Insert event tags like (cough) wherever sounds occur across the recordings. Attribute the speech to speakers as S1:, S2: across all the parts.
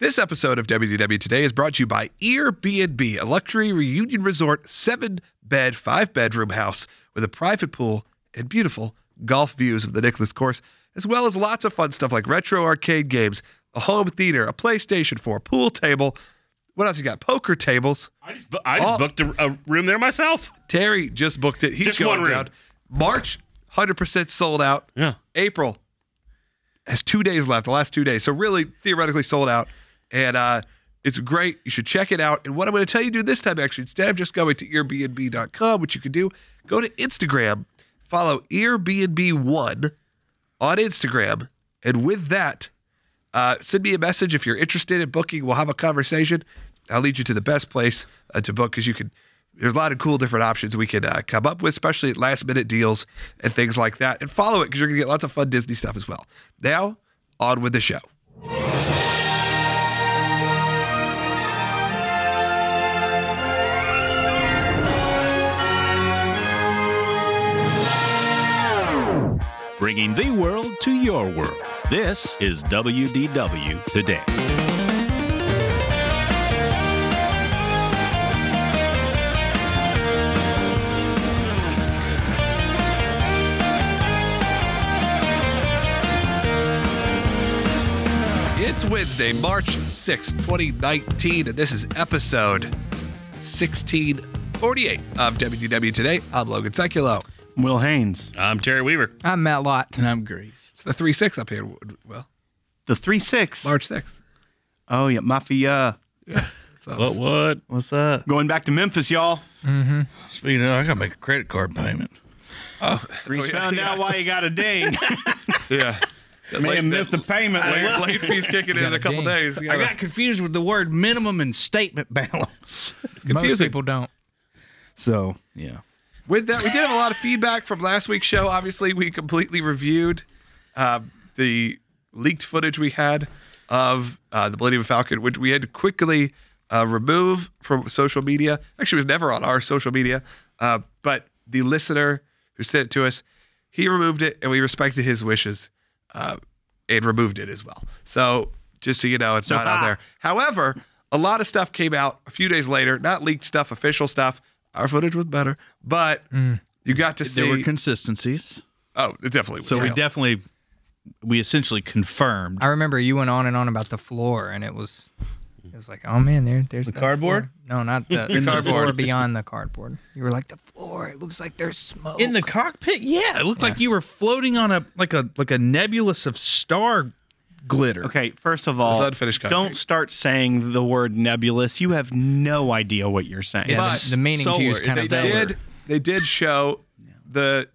S1: This episode of WDW Today is brought to you by Airbnb, a luxury reunion resort, seven bed, five bedroom house with a private pool and beautiful golf views of the Nicholas course, as well as lots of fun stuff like retro arcade games, a home theater, a PlayStation 4, a pool table. What else you got? Poker tables.
S2: I just, bu- I just
S1: Oh.
S2: booked a, a room there myself.
S1: Terry just booked it. He's
S2: Just
S1: going
S2: one room.
S1: down. March, 100% sold out.
S2: Yeah.
S1: April has two days left, the last two days. So really theoretically sold out. And uh it's great. You should check it out. And what I'm going to tell you to do this time, actually, instead of just going to Airbnb.com, which you can do, go to Instagram, follow Airbnb1 on Instagram. And with that, uh, send me a message if you're interested in booking. We'll have a conversation. I'll lead you to the best place uh, to book because you can. There's a lot of cool different options we can uh, come up with, especially at last minute deals and things like that. And follow it because you're going to get lots of fun Disney stuff as well. Now, on with the show.
S3: bringing the world to your world. This is WDW Today.
S1: It's Wednesday, March 6th, 2019, and this is episode 1648 of WDW Today. I'm Logan Seculo.
S4: Will Haynes.
S2: I'm Terry Weaver.
S5: I'm Matt Lott.
S4: And I'm Grace.
S1: It's the 3 6 up here. Well,
S4: The three six.
S1: March 6th.
S4: Oh yeah, mafia.
S1: So (laughs)
S2: What? What?
S6: What's up?
S4: Going back to Memphis, y'all.
S6: Speaking of, I gotta make a credit card payment.
S1: Oh,
S4: Grace found out why you got a ding.
S1: (laughs) Yeah.
S4: May have missed the payment. Larry.
S1: late fees kicking in in a couple
S5: ding.
S1: days. (laughs) You
S6: I
S1: gotta-
S6: got confused with the word minimum and statement (laughs) balance.
S5: Most
S1: confusing.
S5: people don't.
S4: So yeah.
S1: With that, we did have a lot of feedback from last week's show. Obviously, we completely reviewed um, the leaked footage we had of uh, the Millennium Falcon, which we had to quickly uh, remove from social media. Actually, it was never on our social media, uh, but the listener who sent it to us, he removed it, and we respected his wishes uh, and removed it as well. So, just so you know, it's not out there. However, a lot of stuff came out a few days later, not leaked stuff, official stuff. Our footage was better, but you got to see.
S6: There were consistencies,
S1: oh, it definitely was.
S6: so we
S1: Yeah.
S6: definitely, we essentially confirmed.
S5: I remember you went on and on about the floor, and it was, it was like, oh man, there, there's the
S6: cardboard?
S5: No, not the, the floor
S1: cardboard.
S5: beyond the cardboard. You were like the floor. It looks like there's smoke.
S6: In the cockpit, yeah, it looked like you were floating on a like a like a nebulous of star glitter.
S4: Okay, first of
S1: It
S4: all,
S1: was unfinished content.
S4: don't start saying the word nebulous. You have no idea what you're saying.
S5: yeah,
S1: but
S5: the, the meaning to you is
S6: solar,
S5: kind
S1: they
S6: it's
S5: of vague.
S1: did. They did show the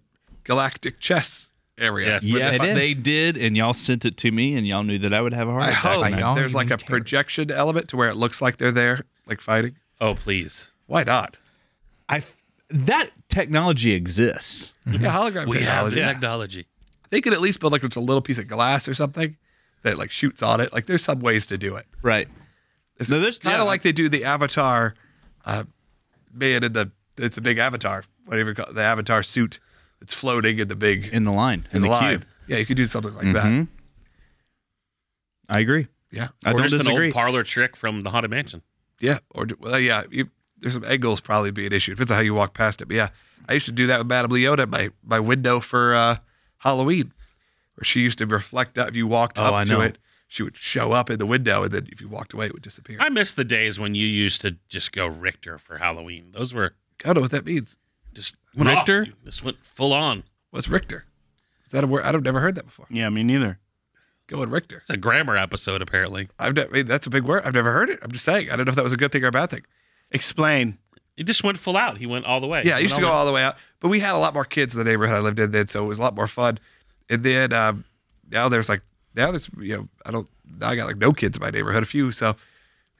S1: galactic chess area.
S2: Yes.
S1: Where the
S6: Yes,
S5: They
S6: they
S5: did.
S6: did. and y'all sent it to me, and y'all knew that I would have a heart
S1: I
S6: attack.
S1: hope
S5: Like, y'all
S1: there's like a
S5: even terrible.
S1: projection element to where it looks like they're there, like fighting.
S2: Oh, please.
S1: Why not?
S6: I f- that technology exists.
S1: Yeah, hologram
S2: We have
S1: technology.
S2: the technology.
S1: They could at least build like it's a little piece of glass or something that like shoots on it. Like there's some ways to do it.
S6: Right.
S1: It's
S6: No, there's-
S1: kind of
S6: yeah.
S1: like they do the Avatar uh, man in the it's a big Avatar, whatever you call it, the Avatar suit that's floating in the big
S6: In the line. In,
S1: in
S6: the,
S1: line.
S6: cube.
S1: Yeah, you could do something like that.
S6: Mhm. I agree.
S1: Yeah,
S6: I
S2: or
S6: don't
S2: just an
S6: disagree.
S2: old parlor trick from the Haunted Mansion.
S1: Yeah, or do- well, yeah, you, there's some angles probably be an issue. Depends on how you walk past it. But yeah, I used to do that with Madame Leota, my my window for uh, Halloween, where she used to reflect up. If you walked
S6: Oh,
S1: up
S6: I
S1: to
S6: know.
S1: it, she would show up in the window, and then if you walked away, it would disappear. I,
S2: I miss the days when you used to just go Richter for Halloween. Those were
S1: don't know what that means.
S2: just went off.
S6: Richter?
S2: You Just went full on.
S1: What's Richter? Is that a word? I've never heard that before.
S4: Yeah, me neither.
S1: Going Richter.
S2: It's a grammar episode, apparently.
S1: I've ne- I mean, that's a big word. I've never heard it. I'm just saying. I don't know if that was a good thing or a bad thing.
S4: Explain.
S2: It just went full out. He went all the way.
S1: Yeah, I
S2: He
S1: used to
S2: went
S1: go
S2: all
S1: all the way out, but we had a lot more kids in the neighborhood I lived in then, so it was a lot more fun. And then um, now there's like now there's you know I don't now I got like no kids in my neighborhood, a few, so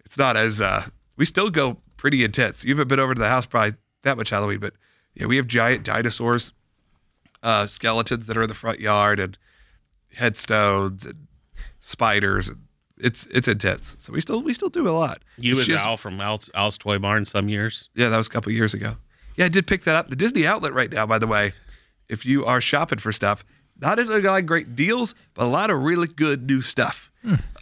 S1: it's not as uh, we still go pretty intense. You haven't been over to the house probably that much Halloween, but yeah, we have giant dinosaurs, uh, skeletons that are in the front yard, and headstones and spiders. And it's it's intense, so we still we still do a lot.
S2: You
S1: It's
S2: and
S1: just-
S2: Al from Al's, Al's Toy Barn some years.
S1: yeah, that was a couple years ago. Yeah, I did pick that up. The Disney outlet right now, by the way, if you are shopping for stuff, Not as a lot of great deals, but a lot of really good new stuff.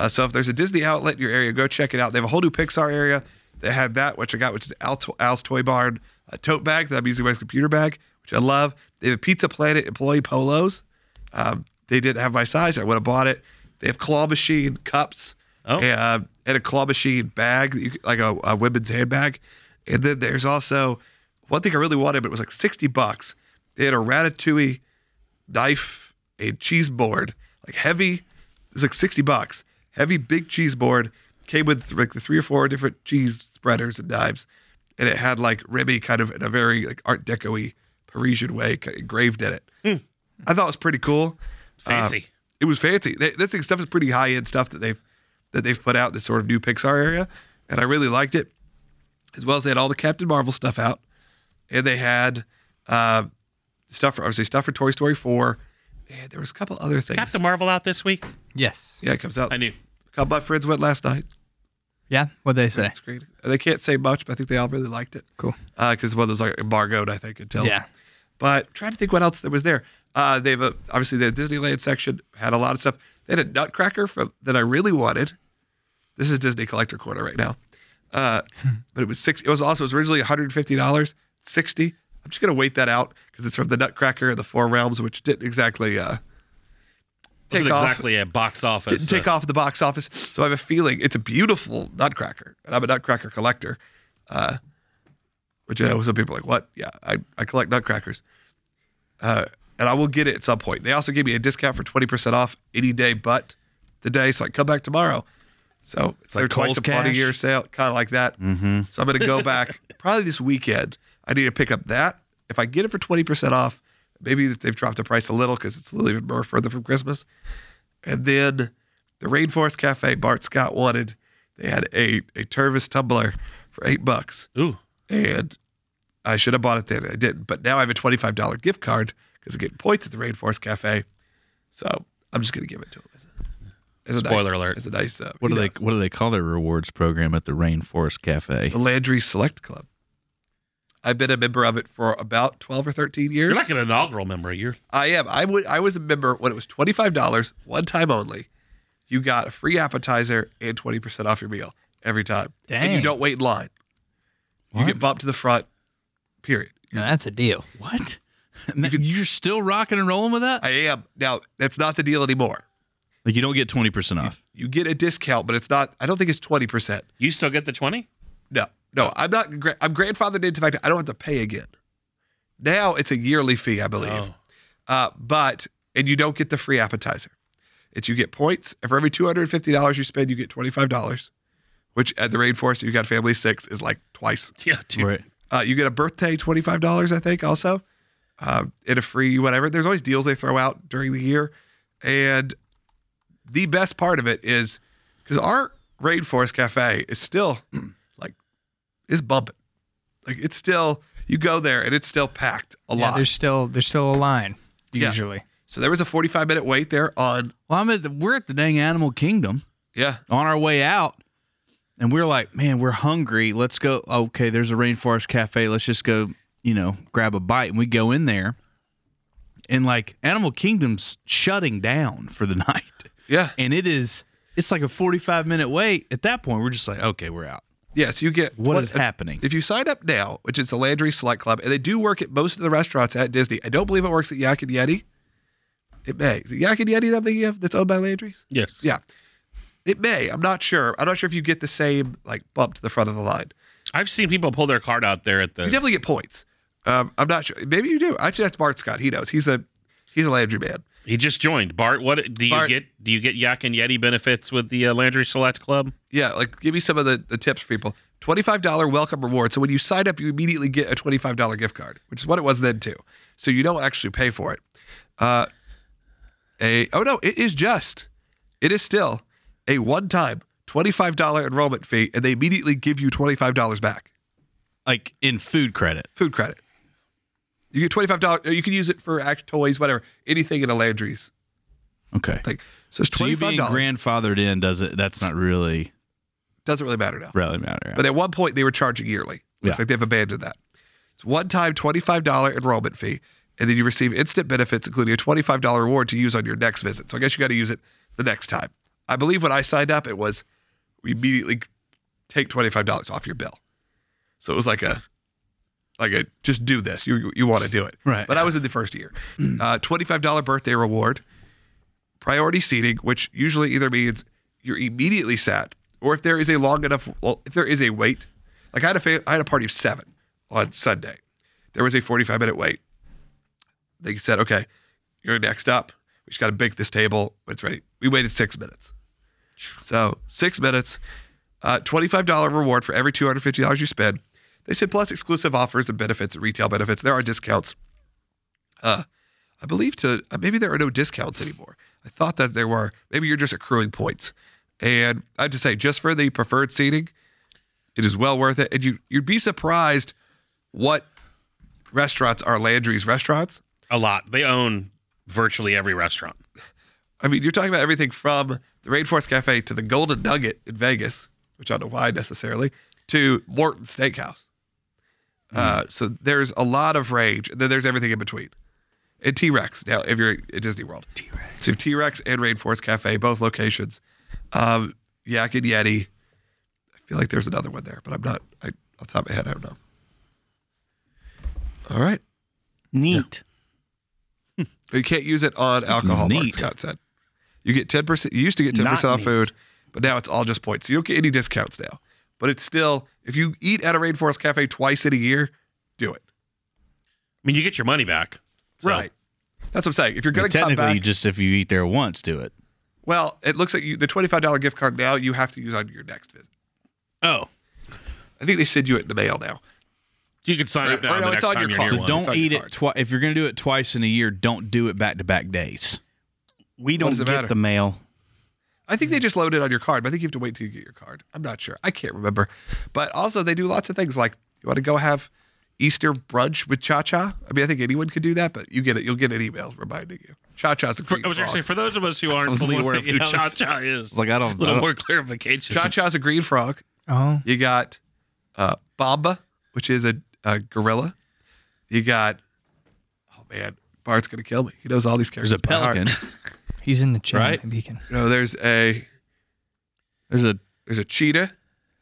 S1: Uh, so if there's a Disney outlet in your area, go check it out. They have a whole new Pixar area. They have that, which I got, which is Al- Al's Toy Barn uh, tote bag that I'm using my computer bag, which I love. They have Pizza Planet employee polos. Um, they didn't have my size. I would have bought it. They have claw machine cups
S2: Oh.
S1: and, uh, and a claw machine bag, that you could- like a, a women's handbag. And then there's also one thing I really wanted, but it was like 60 bucks. They had a ratatouille knife and cheese board, like heavy. It was like 60 bucks. Heavy, big cheese board. Came with like the three or four different cheese spreaders and knives. And it had like Remy kind of in a very like Art Deco y Parisian way kind of engraved in it. I thought it was pretty cool. Uh,
S2: Fancy.
S1: It was fancy. They, this thing stuff is pretty high end stuff that they've that they've put out this sort of new Pixar area, and I really liked it. As well as they had all the Captain Marvel stuff out, and they had uh, stuff for obviously stuff for Toy Story four. And there was a couple other things.
S2: Captain Marvel out this week.
S5: Yes.
S1: yeah, it comes out.
S2: I knew.
S1: A couple of my friends went last night.
S5: Yeah. What they say?
S1: It's great. They can't say much, but I think they all really liked it. Uh,
S5: Cool.
S1: Because one of those are embargoed, I think, until
S5: Yeah.
S1: But trying to think what else there was there. Uh, they've uh, obviously the Disneyland section had a lot of stuff. They had a Nutcracker from, that I really wanted. This is Disney collector corner right now,
S2: (laughs)
S1: uh, but it was six. It was also it was originally one hundred fifty dollars, sixty. I'm just gonna wait that out because it's from the Nutcracker and the Four Realms, which didn't exactly uh, take
S2: Wasn't
S1: off.
S2: exactly a box office.
S1: Didn't take
S2: uh,
S1: off at the box office, so I have a feeling it's a beautiful Nutcracker, and I'm a Nutcracker collector. Uh, which I know some people are like, what? Yeah, I, I collect nutcrackers. Uh, and I will get it at some point. They also gave me a discount for 20% off any day but the day. So I come back tomorrow. So it's like twice
S6: Kohl's
S1: upon a
S6: Cash.
S1: year sale, kind of like that. Mm-hmm. So I'm going to go (laughs) back probably this weekend. I need to pick up that. If I get it for 20% off, maybe they've dropped the price a little because it's a little even more further from Christmas. And then the Rainforest Cafe Bart Scott wanted, they had a, a Tervis tumbler for eight bucks
S2: Ooh.
S1: and I should have bought it then. I didn't. But now I have a twenty-five dollar gift card because I get points at the Rainforest Cafe. So I'm just gonna give it to him. As a, as a
S2: Spoiler
S1: nice,
S2: alert.
S1: As a nice. Uh,
S7: What do
S1: you
S7: they
S1: know,
S7: What do they call their rewards program at the Rainforest Cafe?
S1: The Landry Select Club. I've been a member of it for about twelve or thirteen
S2: You're
S1: years.
S2: like an inaugural member. You're
S1: I am. I would. I was a member when it was twenty-five dollars one time only. You got a free appetizer and twenty percent off your meal every time, and you
S5: Dang.
S1: don't wait in line. You get bumped to the front. Period.
S5: Now, that's a deal.
S7: (laughs) What? You're still rocking and rolling with that?
S1: I am now. That's not the deal anymore.
S7: Like you don't get twenty percent off.
S1: you get a discount, but it's not. I don't think it's twenty percent.
S2: you still get the twenty?
S1: No, no, I'm not. gra- I'm grandfathered into the fact that I don't have to pay again. Now it's a yearly fee, I believe.
S2: Oh. (laughs)
S1: Uh, but and you don't get the free appetizer. It's you get points, and for every two hundred and fifty dollars you spend, you get twenty five dollars, which at the rainforest if you got family of six is like twice.
S2: Yeah, dude.
S7: Right.
S1: Uh, you get a birthday twenty five dollars, I think, also, uh, and a free whatever. There's always deals they throw out during the year, and the best part of it is because our Rainforest Cafe is still (clears throat) like is bumping, like it's still you go there and it's still packed a
S5: Yeah,
S1: lot.
S5: there's still there's still a line
S1: Yeah.
S5: usually.
S1: so there was a forty five minute wait there on
S7: Well, I'm at the, we're at the dang Animal Kingdom
S1: yeah
S7: on our way out, and we're like, man, we're hungry. Let's go. Okay, there's a Rainforest Cafe. Let's just go. You know, grab a bite, and we go in there, and like Animal Kingdom's shutting down for the (laughs) night,
S1: yeah
S7: and it is it's like a 45 minute wait. At that point, we're just like, okay, we're out.
S1: yeah. So you get
S7: what is happening?
S1: If you sign up now, which is the Landry Select Club, and they do work at most of the restaurants at Disney. I don't believe it works at Yak and Yeti. It may. Is it Yak and Yeti that I'm thinking of that's owned by Landry's?
S2: Yes.
S1: Yeah. It may. I'm not sure. I'm not sure if you get the same like bump to the front of the line.
S2: I've seen people pull their card out there at the.
S1: You definitely get points. Um, I'm not sure. Maybe you do. I should ask Bart Scott. He knows. He's a he's a Landry man.
S2: he just joined. Bart, what do you
S1: Bart-
S2: get? Do you get Yak and Yeti benefits with the uh, Landry Select Club?
S1: Yeah, like give me some of the, the tips for people. $25 welcome reward. So when you sign up, you immediately get a $25 gift card, which is what it was then too. So you don't actually pay for it. Uh, a oh no, it is just. It is still a one-time $25 enrollment fee, and they immediately give you $25 back.
S7: Like in food credit.
S1: Food credit. You get $25. You can use it for act toys, whatever, anything in a Landry's.
S7: Okay.
S1: Like so it's
S7: So you
S1: $25.
S7: being grandfathered in does it? That's not really
S1: Doesn't really matter now.
S7: really matter.
S1: But at one point, they were charging yearly. Looks
S7: Yeah.
S1: like they've abandoned that. It's one time $25 enrollment fee. and then you receive instant benefits, including a $25 reward to use on your next visit. So I guess you got to use it the next time. I believe when I signed up, it was we immediately take $25 off your bill. So it was like a, like a, just do this. You, you want to do it.
S7: Right.
S1: But I was in the first year. Uh, $25 birthday reward, priority seating, which usually either means you're immediately sat, or if there is a long enough, well, if there is a wait, like I had a, fa- I had a party of seven on Sunday. There was a 45 minute wait they said, okay, you're next up. We just got to bake this table. It's ready. We waited six minutes. So six minutes, uh, $25 reward for every $250 you spend. They said plus exclusive offers and benefits, retail benefits. There are discounts. Uh, I believe to uh, maybe there are no discounts anymore. I thought that there were. Maybe you're just accruing points. And I have to say, just for the preferred seating, it is well worth it. And you you'd be surprised what restaurants are Landry's restaurants.
S2: A lot. They own virtually every restaurant.
S1: I mean, you're talking about everything from the Rainforest Cafe to the Golden Nugget in Vegas, which I don't know why necessarily, to Morton Steakhouse. Uh, so there's a lot of range, and then there's everything in between. And T Rex now, if you're at Disney World, T Rex, so T Rex and Rainforest Cafe, both locations. Um, Yak and Yeti. I feel like there's another one there, but I'm not. I, off the top of my head, I don't know. All right,
S4: Neat.
S1: you can't use it on alcohol. Mark
S7: neat.
S1: Scott said. You get 10%. You used to get 10%
S4: Not
S1: off
S4: neat.
S1: food, but now it's all just points. You don't get any discounts now. But it's still, if you eat at a Rainforest Cafe twice in a year, do it.
S2: I mean, you get your money back. So-
S1: That's what I'm saying. If you're going to come
S7: technically,
S1: back,
S7: you just if you eat there once, do it.
S1: well, it looks like you, the $25 gift card now you have to use on your next visit.
S7: Oh,
S1: I think they send you it in the mail now.
S2: You can sign up
S1: Or- or
S2: now.
S1: no, it's
S2: the next
S1: on
S2: time
S1: your
S2: you're
S1: card.
S2: near
S1: So
S2: one.
S1: It's
S7: don't
S1: on
S7: eat
S1: your
S7: it twice. If you're going to do it twice in a year, don't do it back to back days.
S4: We don't
S1: does it
S4: get
S1: matter?
S4: the mail.
S1: I think they just load it on your card, but I think you have to wait till you get your card. I'm not sure. I can't remember. But also, they do lots of things like you want to go have Easter brunch with Cha Cha. I mean, I think anyone could do that, but you get it. You'll get an email reminding you. Cha Cha's a
S2: For,
S1: Greek
S2: I was
S1: frog.
S2: actually for those of us who
S1: (laughs)
S2: aren't fully aware of who
S7: wondering- yeah, I
S2: Cha
S7: was-
S2: Cha is.
S7: like, I don't-
S2: a little
S7: I don't-
S2: more clarification.
S1: Cha Cha's a green frog.
S5: Oh,
S1: You got uh, Baba, which is a, a gorilla. You got oh man, Bart's gonna kill me. He knows all these characters.
S7: There's a
S1: by heart.
S7: pelican.
S5: he's in the chat.
S7: Right?
S5: Maybe he can.
S1: No, there's a
S7: There's a
S1: there's a cheetah.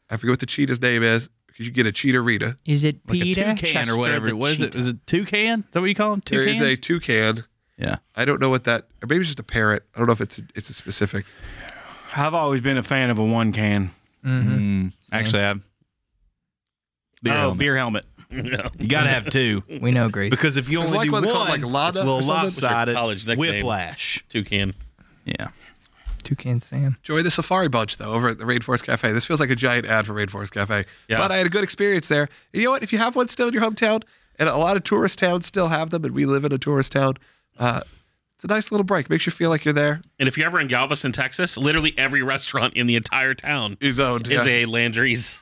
S1: I forget what the cheetah's name is because you get a cheetah Rita.
S5: Is it
S7: like
S5: Peter?
S7: a toucan or whatever. What is it? Is it toucan? Is that what you call them?
S1: There
S7: Toucans?
S1: is a toucan.
S7: yeah.
S1: I don't know what that, or maybe it's just a parrot. I don't know if it's a, it's a specific.
S4: I've always been a fan of a one can.
S5: Mm-hmm.
S7: Mm, actually, I have. Beer
S4: oh,
S7: helmet.
S4: beer helmet.
S2: No.
S7: You got to
S1: (laughs)
S7: have two
S5: (laughs) We know Greece.
S7: because if you
S1: There's like
S7: only do
S1: one
S7: one,
S1: they call it, like, Lada
S7: it's a
S1: or
S7: little
S1: something. What's your
S7: lopsided.
S2: college nickname?
S7: Whiplash.
S2: Toucan.
S7: Yeah.
S1: (laughs)
S5: Toucan Sam.
S1: Join the Safari Bunch though over at the Rainforest Cafe. This feels like a giant ad for Rainforest Cafe.
S2: Yeah.
S1: But I had a good experience there. And you know what? If you have one still in your hometown, and a lot of tourist towns still have them, and we live in a tourist town, uh, it's a nice little break. Makes you feel like you're there.
S2: And if you're ever in Galveston, Texas, literally every restaurant in the entire town
S1: Is owned.
S2: is a Landry's.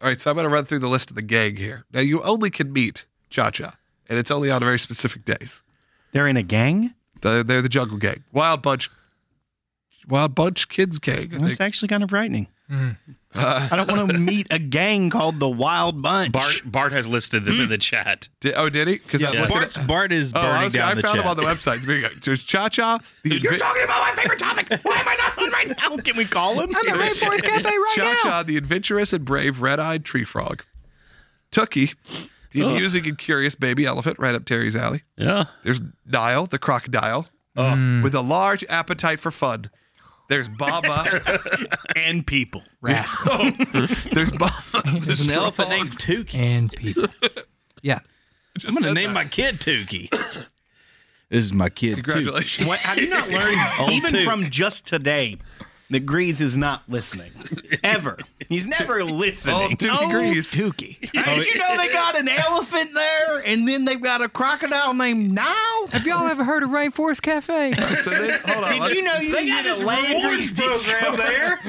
S1: All right, so I'm going to run through the list of the gang here. Now you only can meet Cha Cha, and it's only on very specific days.
S4: They're in a gang.
S1: They're, they're the Jungle Gang, Wild Bunch, Wild Bunch Kids Gang. I think.
S4: That's actually kind of frightening. I don't want to meet a gang called the Wild Bunch.
S2: Bart Bart has listed them in the chat.
S1: Did, oh, did he? Because
S2: Yeah.
S7: Bart's, Bart is
S1: Oh,
S7: burning
S1: I, was,
S7: down
S1: I
S7: the
S1: found
S7: chat.
S1: him on the website. There's Cha Cha, the Invi- Cha
S4: about my favorite topic. Why am I not on right now? Can we call (laughs) him?
S5: I'm at Rainforest Cafe right
S1: Cha, the adventurous and brave red eyed tree frog. Tookie, the amusing and curious baby elephant, right up Terry's alley.
S2: Oh. Yeah. Oh.
S1: There's Nile, the crocodile,
S5: Mm.
S1: with a large appetite for fun. There's
S2: (laughs)
S1: Baba.
S4: And people.
S5: Rascal
S1: There's Baba.
S7: There's an elephant named Tukey.
S5: and people. Yeah.
S7: I'm going to name my kid Tukey. this is my kid.
S1: Congratulations.
S4: What, how do
S1: (laughs)
S4: you not learn, even from just today, that Grease is not listening? Ever. He's never listening.
S1: Tookie Grease.
S4: Tookie. Did you know they got an elephant there and then they've got a crocodile named Nile?
S5: Have y'all ever heard of Rainforest Cafe?
S1: So then, hold on. let's-
S4: Did you know you can get a Landry's program there?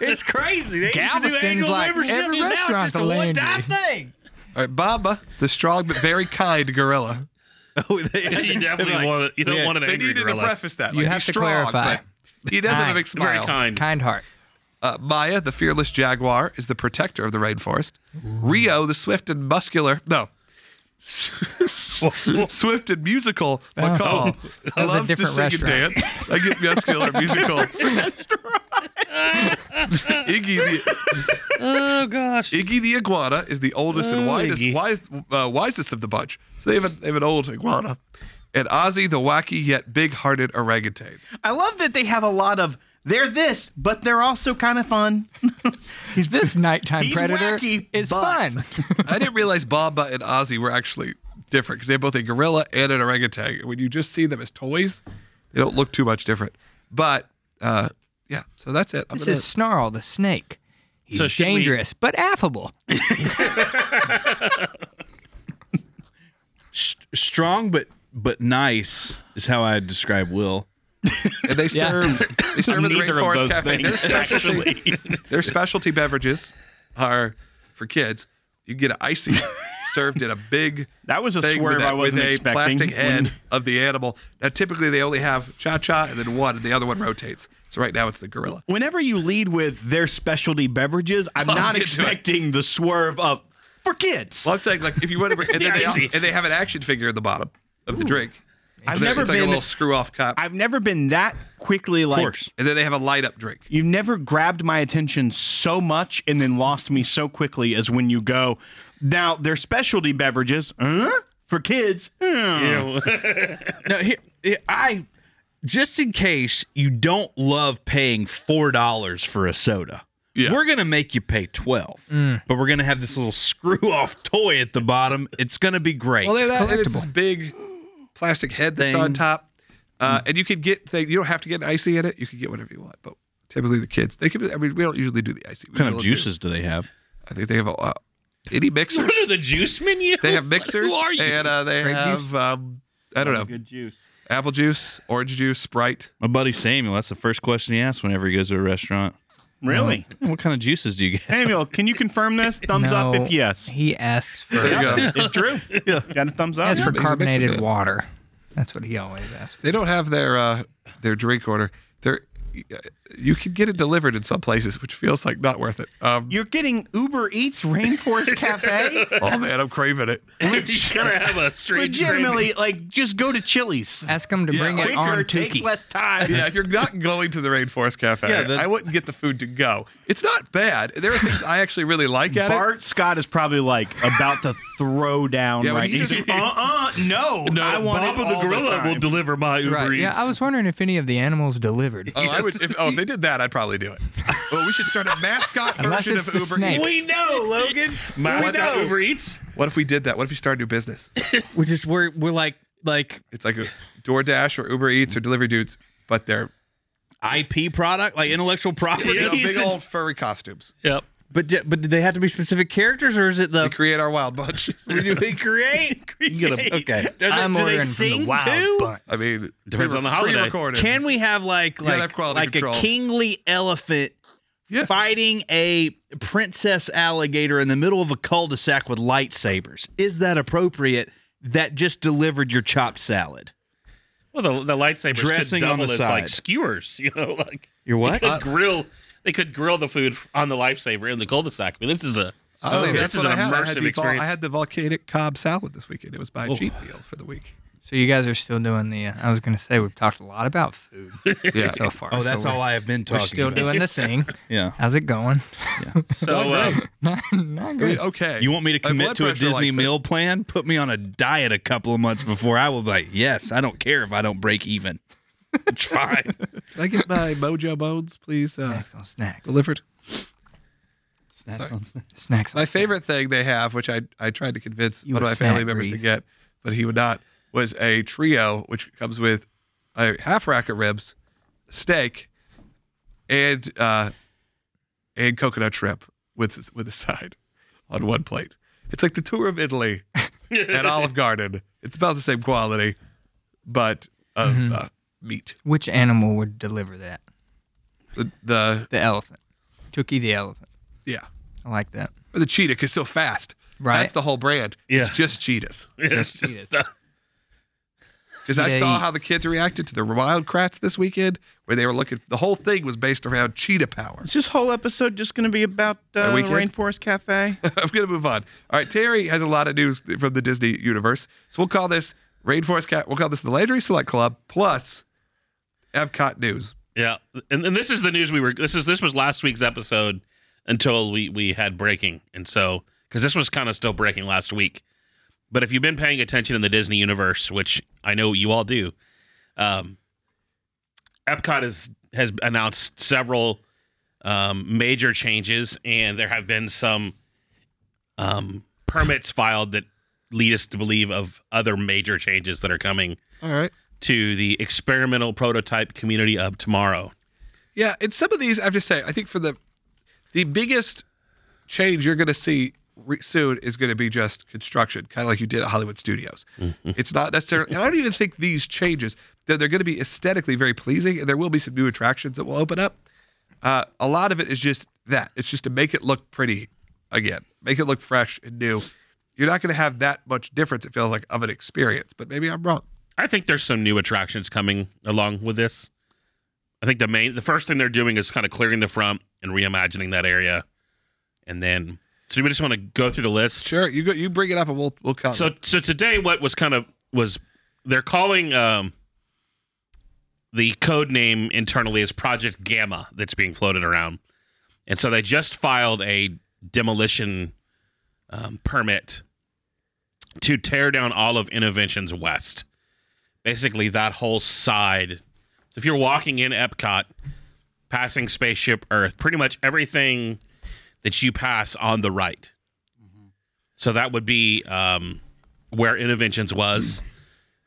S4: it's crazy. They
S5: Galveston's like every restaurant's a Landry's.
S4: thing.
S1: All right, Baba, the strong but very kind gorilla.
S2: You definitely want you don't want an
S1: They
S2: angry
S1: needed
S2: gorilla.
S1: to preface that.
S5: You
S1: like,
S5: have
S1: he's
S5: to
S1: strong,
S5: clarify.
S1: but He does have a big smile.
S2: Very kind.
S5: Kind heart.
S1: Uh, Maya, the fearless jaguar, is the protector of the rainforest. Rio, the swift and muscular. No. (laughs) Swift and musical. McCall
S5: was a
S1: loves to
S5: different
S1: sing and
S5: restaurant.
S1: dance. I get muscular musical. Iggy the
S2: Oh gosh.
S1: Iggy the iguana is the oldest and
S2: Oh,
S1: widest,
S2: Iggy.
S1: wise, uh, wisest of the bunch. So they have, a, they have an old iguana, and Ozzy the wacky yet big-hearted orangutan.
S4: I love that they have a lot of they're this, but they're also kind of fun.
S5: He's this nighttime
S4: He's
S5: predator
S4: wacky,
S5: is
S4: but-
S5: fun.
S1: (laughs) I didn't realize Baba and Ozzy were actually different because they have both a gorilla and an orangutan. When you just see them as toys, they don't look too much different. But uh, yeah, so that's it. I'm
S5: This
S1: gonna-
S5: is Snarl the snake. He's
S2: So should we-
S5: dangerous but affable.
S7: St- strong but but nice is how I describe Will.
S5: (laughs)
S1: and they serve they serve at the
S4: Neither of
S1: Rainforest
S4: those
S1: Cafe.
S4: things,
S1: Their (laughs) specialty, their specialty beverages are for kids. You get an icy
S4: (laughs)
S1: served in a big
S4: That was a
S1: thing
S4: swerve
S1: with a,
S4: I wasn't
S1: with a
S4: expecting.
S1: plastic
S4: (laughs)
S1: head of the animal. Now typically they only have cha cha and then one, and the other one rotates. So right now it's the gorilla.
S4: Whenever you lead with their specialty beverages, I'm
S1: get
S4: not
S1: to it.
S4: expecting the swerve of for kids.
S1: Well, I'm saying like if you want to, bring, and, then
S2: The
S1: they,
S2: icy.
S1: and they have an action figure at the bottom of the drink.
S4: I've
S1: And
S4: never
S1: it's like a
S4: been
S1: little screw off cup,
S4: I've never been that quickly like
S1: and then they have a light up drink.
S4: You've never grabbed my attention so much and then lost me so quickly as when you go. Now, their specialty beverages huh? for kids. huh?
S7: Now here I just in case you don't love paying four dollars for a soda.
S1: Yeah.
S7: We're gonna make you pay twelve,
S5: Mm.
S7: but we're gonna have this little (laughs) screw-off toy at the bottom. It's gonna be great.
S1: Well, they have that, and it's this big plastic head that's
S7: Thing.
S1: on top, uh, and you can get things. You don't have to get an icy in it. You can get whatever you want, but typically the kids they can. I mean, we don't usually do the icy. We
S7: what kind of
S1: usually do-
S7: juices do they have?
S1: I think they have a uh, any mixers.
S2: What are the juice menu?
S1: They have mixers,
S2: Who are you?
S1: and uh, they
S5: Grape juice?
S1: have um, I don't know
S4: juice.
S1: apple juice, orange juice, Sprite.
S7: My buddy Samuel. That's the first question he asks whenever he goes to a restaurant.
S4: Really?
S7: What kind of juices do you get?
S4: Samuel, can you confirm this? Thumbs up
S5: No,
S4: if yes.
S5: He asks for
S1: There
S5: he
S4: (laughs)
S1: you go.
S4: It's
S2: (laughs)
S4: true. Got a thumbs up.
S5: asks for
S1: he's a mix of
S5: carbonated
S1: it.
S5: water. That's what he always asks. For.
S1: They don't have their uh, their drink order. They're, you can get it delivered in some places, which feels like not worth it.
S4: (laughs)
S1: Um,
S4: You're getting Uber Eats Rainforest Cafe.
S1: oh man, I'm craving it.
S2: He's gonna have a straight.
S4: Legitimately, like just go to Chili's.
S5: Ask him to bring it
S4: Quicker,
S5: on
S4: takes
S5: Tukey.
S4: less time.
S1: Yeah, if you're not going to the Rainforest Cafe,
S7: Yeah, that's-
S1: I wouldn't get the food to go. It's not bad. There are things I actually really like at it.
S4: Bart Scott is probably like about to throw down
S1: Yeah, when
S4: right
S1: he
S4: now.
S1: just-
S4: uh uh, no, no, I want it all time.
S2: deliver my Uber
S5: Right. Yeah, I was wondering if any of the animals delivered.
S1: Oh, I would. If, oh, if they did that, I'd probably do it. Well, we should start a mascot
S5: Unless
S1: version
S5: it's
S1: of
S5: the
S1: Uber.
S5: snakes.
S1: Eats.
S2: We know, Logan.
S1: We
S2: My
S1: know.
S2: Uber Eats.
S1: What if we did that? What if we started a new business?
S7: We just we're we're like like
S1: It's like a DoorDash or Uber Eats or delivery dudes, but they're
S7: IP product, like intellectual property.
S1: you know, big old furry costumes.
S2: Yep.
S7: But d- but do they have to be specific characters, or is it
S1: We
S7: the
S1: create our wild bunch.
S7: we (laughs) create? okay. Do they,
S5: I'm
S7: do they
S5: ordering from
S7: sing
S5: the wild
S7: too?
S5: bunch.
S1: I mean,
S2: Depends
S1: pre-
S2: on the holiday.
S1: Pre-recorded.
S7: Can we have like
S1: gotta
S7: like
S1: have quality
S7: like
S1: control.
S7: a kingly elephant
S1: Yes.
S7: fighting a princess alligator in the middle of a cul-de-sac with lightsabers? Is that appropriate? That just delivered your chopped salad.
S2: Well, the, the lightsabers
S7: Dressing
S2: could
S7: on
S2: double
S7: the
S2: as
S7: side.
S2: like skewers. (laughs) You know, like
S7: Your what?
S2: They
S1: Uh,
S2: could grill. They could grill the food on the lifesaver in the cul-de-sac. I mean, this is a
S1: Oh,
S2: this
S1: that's
S2: is
S1: what
S2: an
S1: I had. I had,
S2: immersive
S1: the, vol-
S2: experience.
S1: I had the volcanic cob salad this weekend. It was my cheat meal for the week.
S5: So you guys are still doing the. Uh, I was going to say we've talked a lot about food
S1: Yeah.
S5: so far.
S7: oh, that's
S5: so
S7: all I have been
S5: We're
S7: talking.
S5: still
S7: about.
S5: doing the thing.
S7: Yeah.
S5: How's it going? (laughs)
S2: so uh,
S5: not, not
S1: I mean,
S5: good.
S1: okay.
S7: You want me to
S1: My
S7: commit
S1: blood
S7: to a
S1: pressure
S7: Disney
S1: likes it.
S7: meal plan? Put me on a diet a couple of months before I will be like, yes, I don't care if I don't break even. (laughs) It's fine.
S1: Can I get my Mojo Bones, please? Uh,
S5: Snacks on snacks.
S1: delivered.
S5: Snacks. On
S1: My favorite thing they have, which I, I tried to convince
S5: You
S1: one of
S5: a
S1: my
S5: snack
S1: family members to
S5: grease.
S1: get, but he would not, was a trio, which comes with a half rack of ribs, steak, and uh, and coconut shrimp with with a side (laughs) on one plate. It's like the tour of
S5: (laughs)
S1: Italy at Olive Garden. It's about the same quality, but of
S5: Mm-hmm.
S1: uh, meat.
S5: Which animal would deliver that?
S1: The, the
S5: The elephant. Tookie the elephant.
S1: yeah,
S5: I like that.
S1: or the cheetah because so fast.
S5: Right.
S1: That's the whole brand. It's
S2: (laughs) Yeah.
S1: just cheetahs.
S2: it's just uh,
S1: Because I
S5: Cheetah
S1: saw
S5: eats.
S1: how the kids reacted to the wild crats this weekend, where they were looking. The whole thing was based around cheetah power.
S4: Is this whole episode just going to be about uh,
S1: weekend?
S4: Rainforest (laughs) Cafe?
S1: (laughs) I'm gonna move on. All right, Terry has a lot of news from the Disney universe, so we'll call this Rainforest Cat. We'll call this the Landry Select Club plus Epcot news.
S2: Yeah, and, and this is the news we were. This is this was last week's episode until we we had breaking, and so because this was kind of still breaking last week. But if you've been paying attention in the Disney universe, which I know you all do, um, Epcot has has announced several um, major changes, and there have been some um, permits filed that lead us to believe of other major changes that are coming
S1: All right.
S2: to the experimental prototype community of tomorrow.
S1: Yeah, and some of these I have to say, I think for the the biggest change you're going to see re- soon is going to be just construction, kind of like you did at Hollywood Studios. It's not necessarily, and I don't even think these changes that they're going to be aesthetically very pleasing, and there will be some new attractions that will open up. Uh, a lot of it is just that. It's just to make it look pretty again, make it look fresh and new. You're not going to have that much difference. It feels like of an experience, but maybe I'm wrong.
S2: I think there's some new attractions coming along with this. I think the main, the first thing they're doing is kind of clearing the front and reimagining that area, and then so we just want to go through the list.
S1: Sure, you go, you bring it up, and we'll we'll come.
S2: So so today, what was kind of was they're calling um, the code name internally is Project Gamma that's being floated around, and so they just filed a demolition um, permit to tear down all of Innovations West. Basically, that whole side. If you're walking in Epcot, passing Spaceship Earth, pretty much everything that you pass on the right. So that would be um, where Innovations was.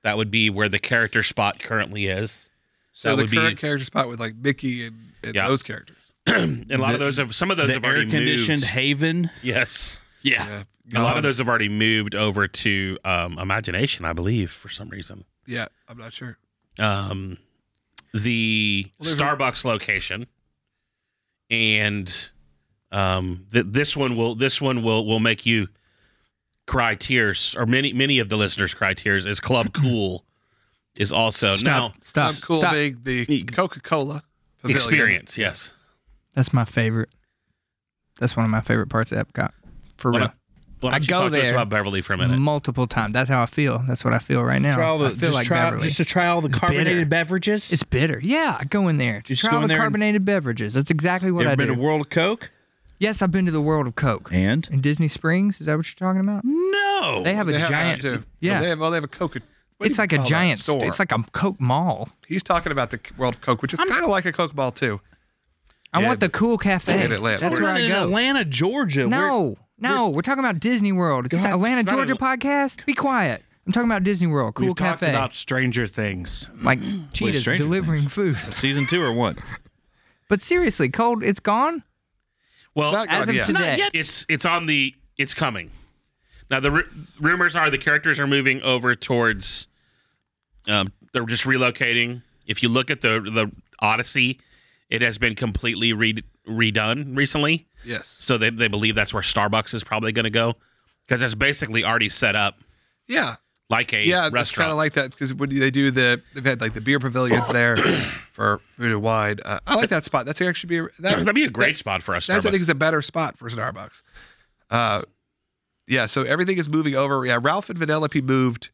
S2: That would be where the character spot currently is.
S1: So
S2: That
S1: the
S2: would be-
S1: current character spot with like Mickey and, and
S2: Yeah.
S1: those characters.
S2: And a lot of those have some of those have
S7: the air
S2: already
S7: conditioned
S2: moved.
S7: haven.
S2: Yes.
S1: Yeah. Um,
S2: A lot of those have already moved over to um, Imagination, I believe, for some reason.
S1: Yeah, I'm not sure.
S2: Um, the
S1: Well, there's a-
S2: Starbucks location, and um, th- this one will this one will will make you cry tears, or many many of the listeners cry tears.
S1: (clears throat)
S2: Is Club Cool is also now
S5: Stop.
S1: I'm cool
S5: Stop.
S1: being the Coca-Cola pavilion.
S2: experience? Yes.
S5: That's my favorite. That's one of my favorite parts of Epcot. For
S2: Well,
S5: real.
S2: Well,
S5: I
S2: actually,
S5: go
S2: talk to us
S5: there.
S2: about Beverly for a minute.
S5: Multiple times. That's how I feel. That's what I feel right now.
S7: Try all the,
S5: I feel
S7: just
S5: like
S7: try,
S5: Beverly.
S7: Just to try all the
S5: It's
S7: carbonated
S5: bitter.
S7: beverages.
S5: it's bitter. Yeah, I go in there.
S7: Just
S5: try
S7: go
S5: all
S7: in
S5: the
S7: there and-
S5: carbonated beverages. That's exactly
S7: you
S5: what
S7: ever
S5: I
S7: been
S5: do.
S7: to World of Coke?
S5: yes, I've been to the world of Coke.
S7: And
S5: In Disney Springs, is that what you're talking about?
S7: no,
S5: They have a
S1: They have
S5: giant.
S1: that too.
S5: Yeah.
S1: they have, well, they have a Coca. what do
S5: it's
S1: you
S5: like a
S1: call that
S5: giant. st-
S1: store.
S5: It's like a Coke mall.
S1: he's talking about the world of Coke, which is kind of like a Coke ball too.
S5: I want the cool cafe.
S1: in Atlanta.
S5: That's
S1: We're
S5: where
S7: We're
S5: I
S7: in
S5: go.
S7: Atlanta, Georgia. We're-
S5: no, no, we're, talking about Disney World. It's
S7: God,
S5: Atlanta,
S2: it's not
S5: Georgia
S2: a-
S5: podcast. Be quiet. I'm talking about Disney World. Cool
S4: We've talked
S5: cafe.
S4: about Stranger Things.
S5: (clears throat) like cheetahs
S7: Stranger
S5: delivering food.
S7: (laughs) season two or one?
S5: But seriously, cold. It's gone.
S2: Well, uh,
S1: not
S5: As
S1: gone
S5: of
S1: yet.
S5: today,
S2: It's it's on the it's coming. Now the ru- rumors are the characters are moving over towards. Um, they're just relocating. If you look at the the Odyssey, it has been completely re- redone recently.
S1: Yes.
S2: So they they believe that's where Starbucks is probably going to go because it's basically already set up
S1: Yeah.
S2: like a
S1: Yeah, that's kind
S2: restaurant.
S1: of like that because when they do the, they've had like the beer pavilions there for food and wine. Uh, I like that spot. That's actually be
S2: (clears throat)
S1: that,
S2: That'd be a great spot for us.
S1: That's I think
S2: Starbucks.
S1: is a better spot for Starbucks. Uh, yeah, so everything is moving over. Yeah, Ralph and Vanellope moved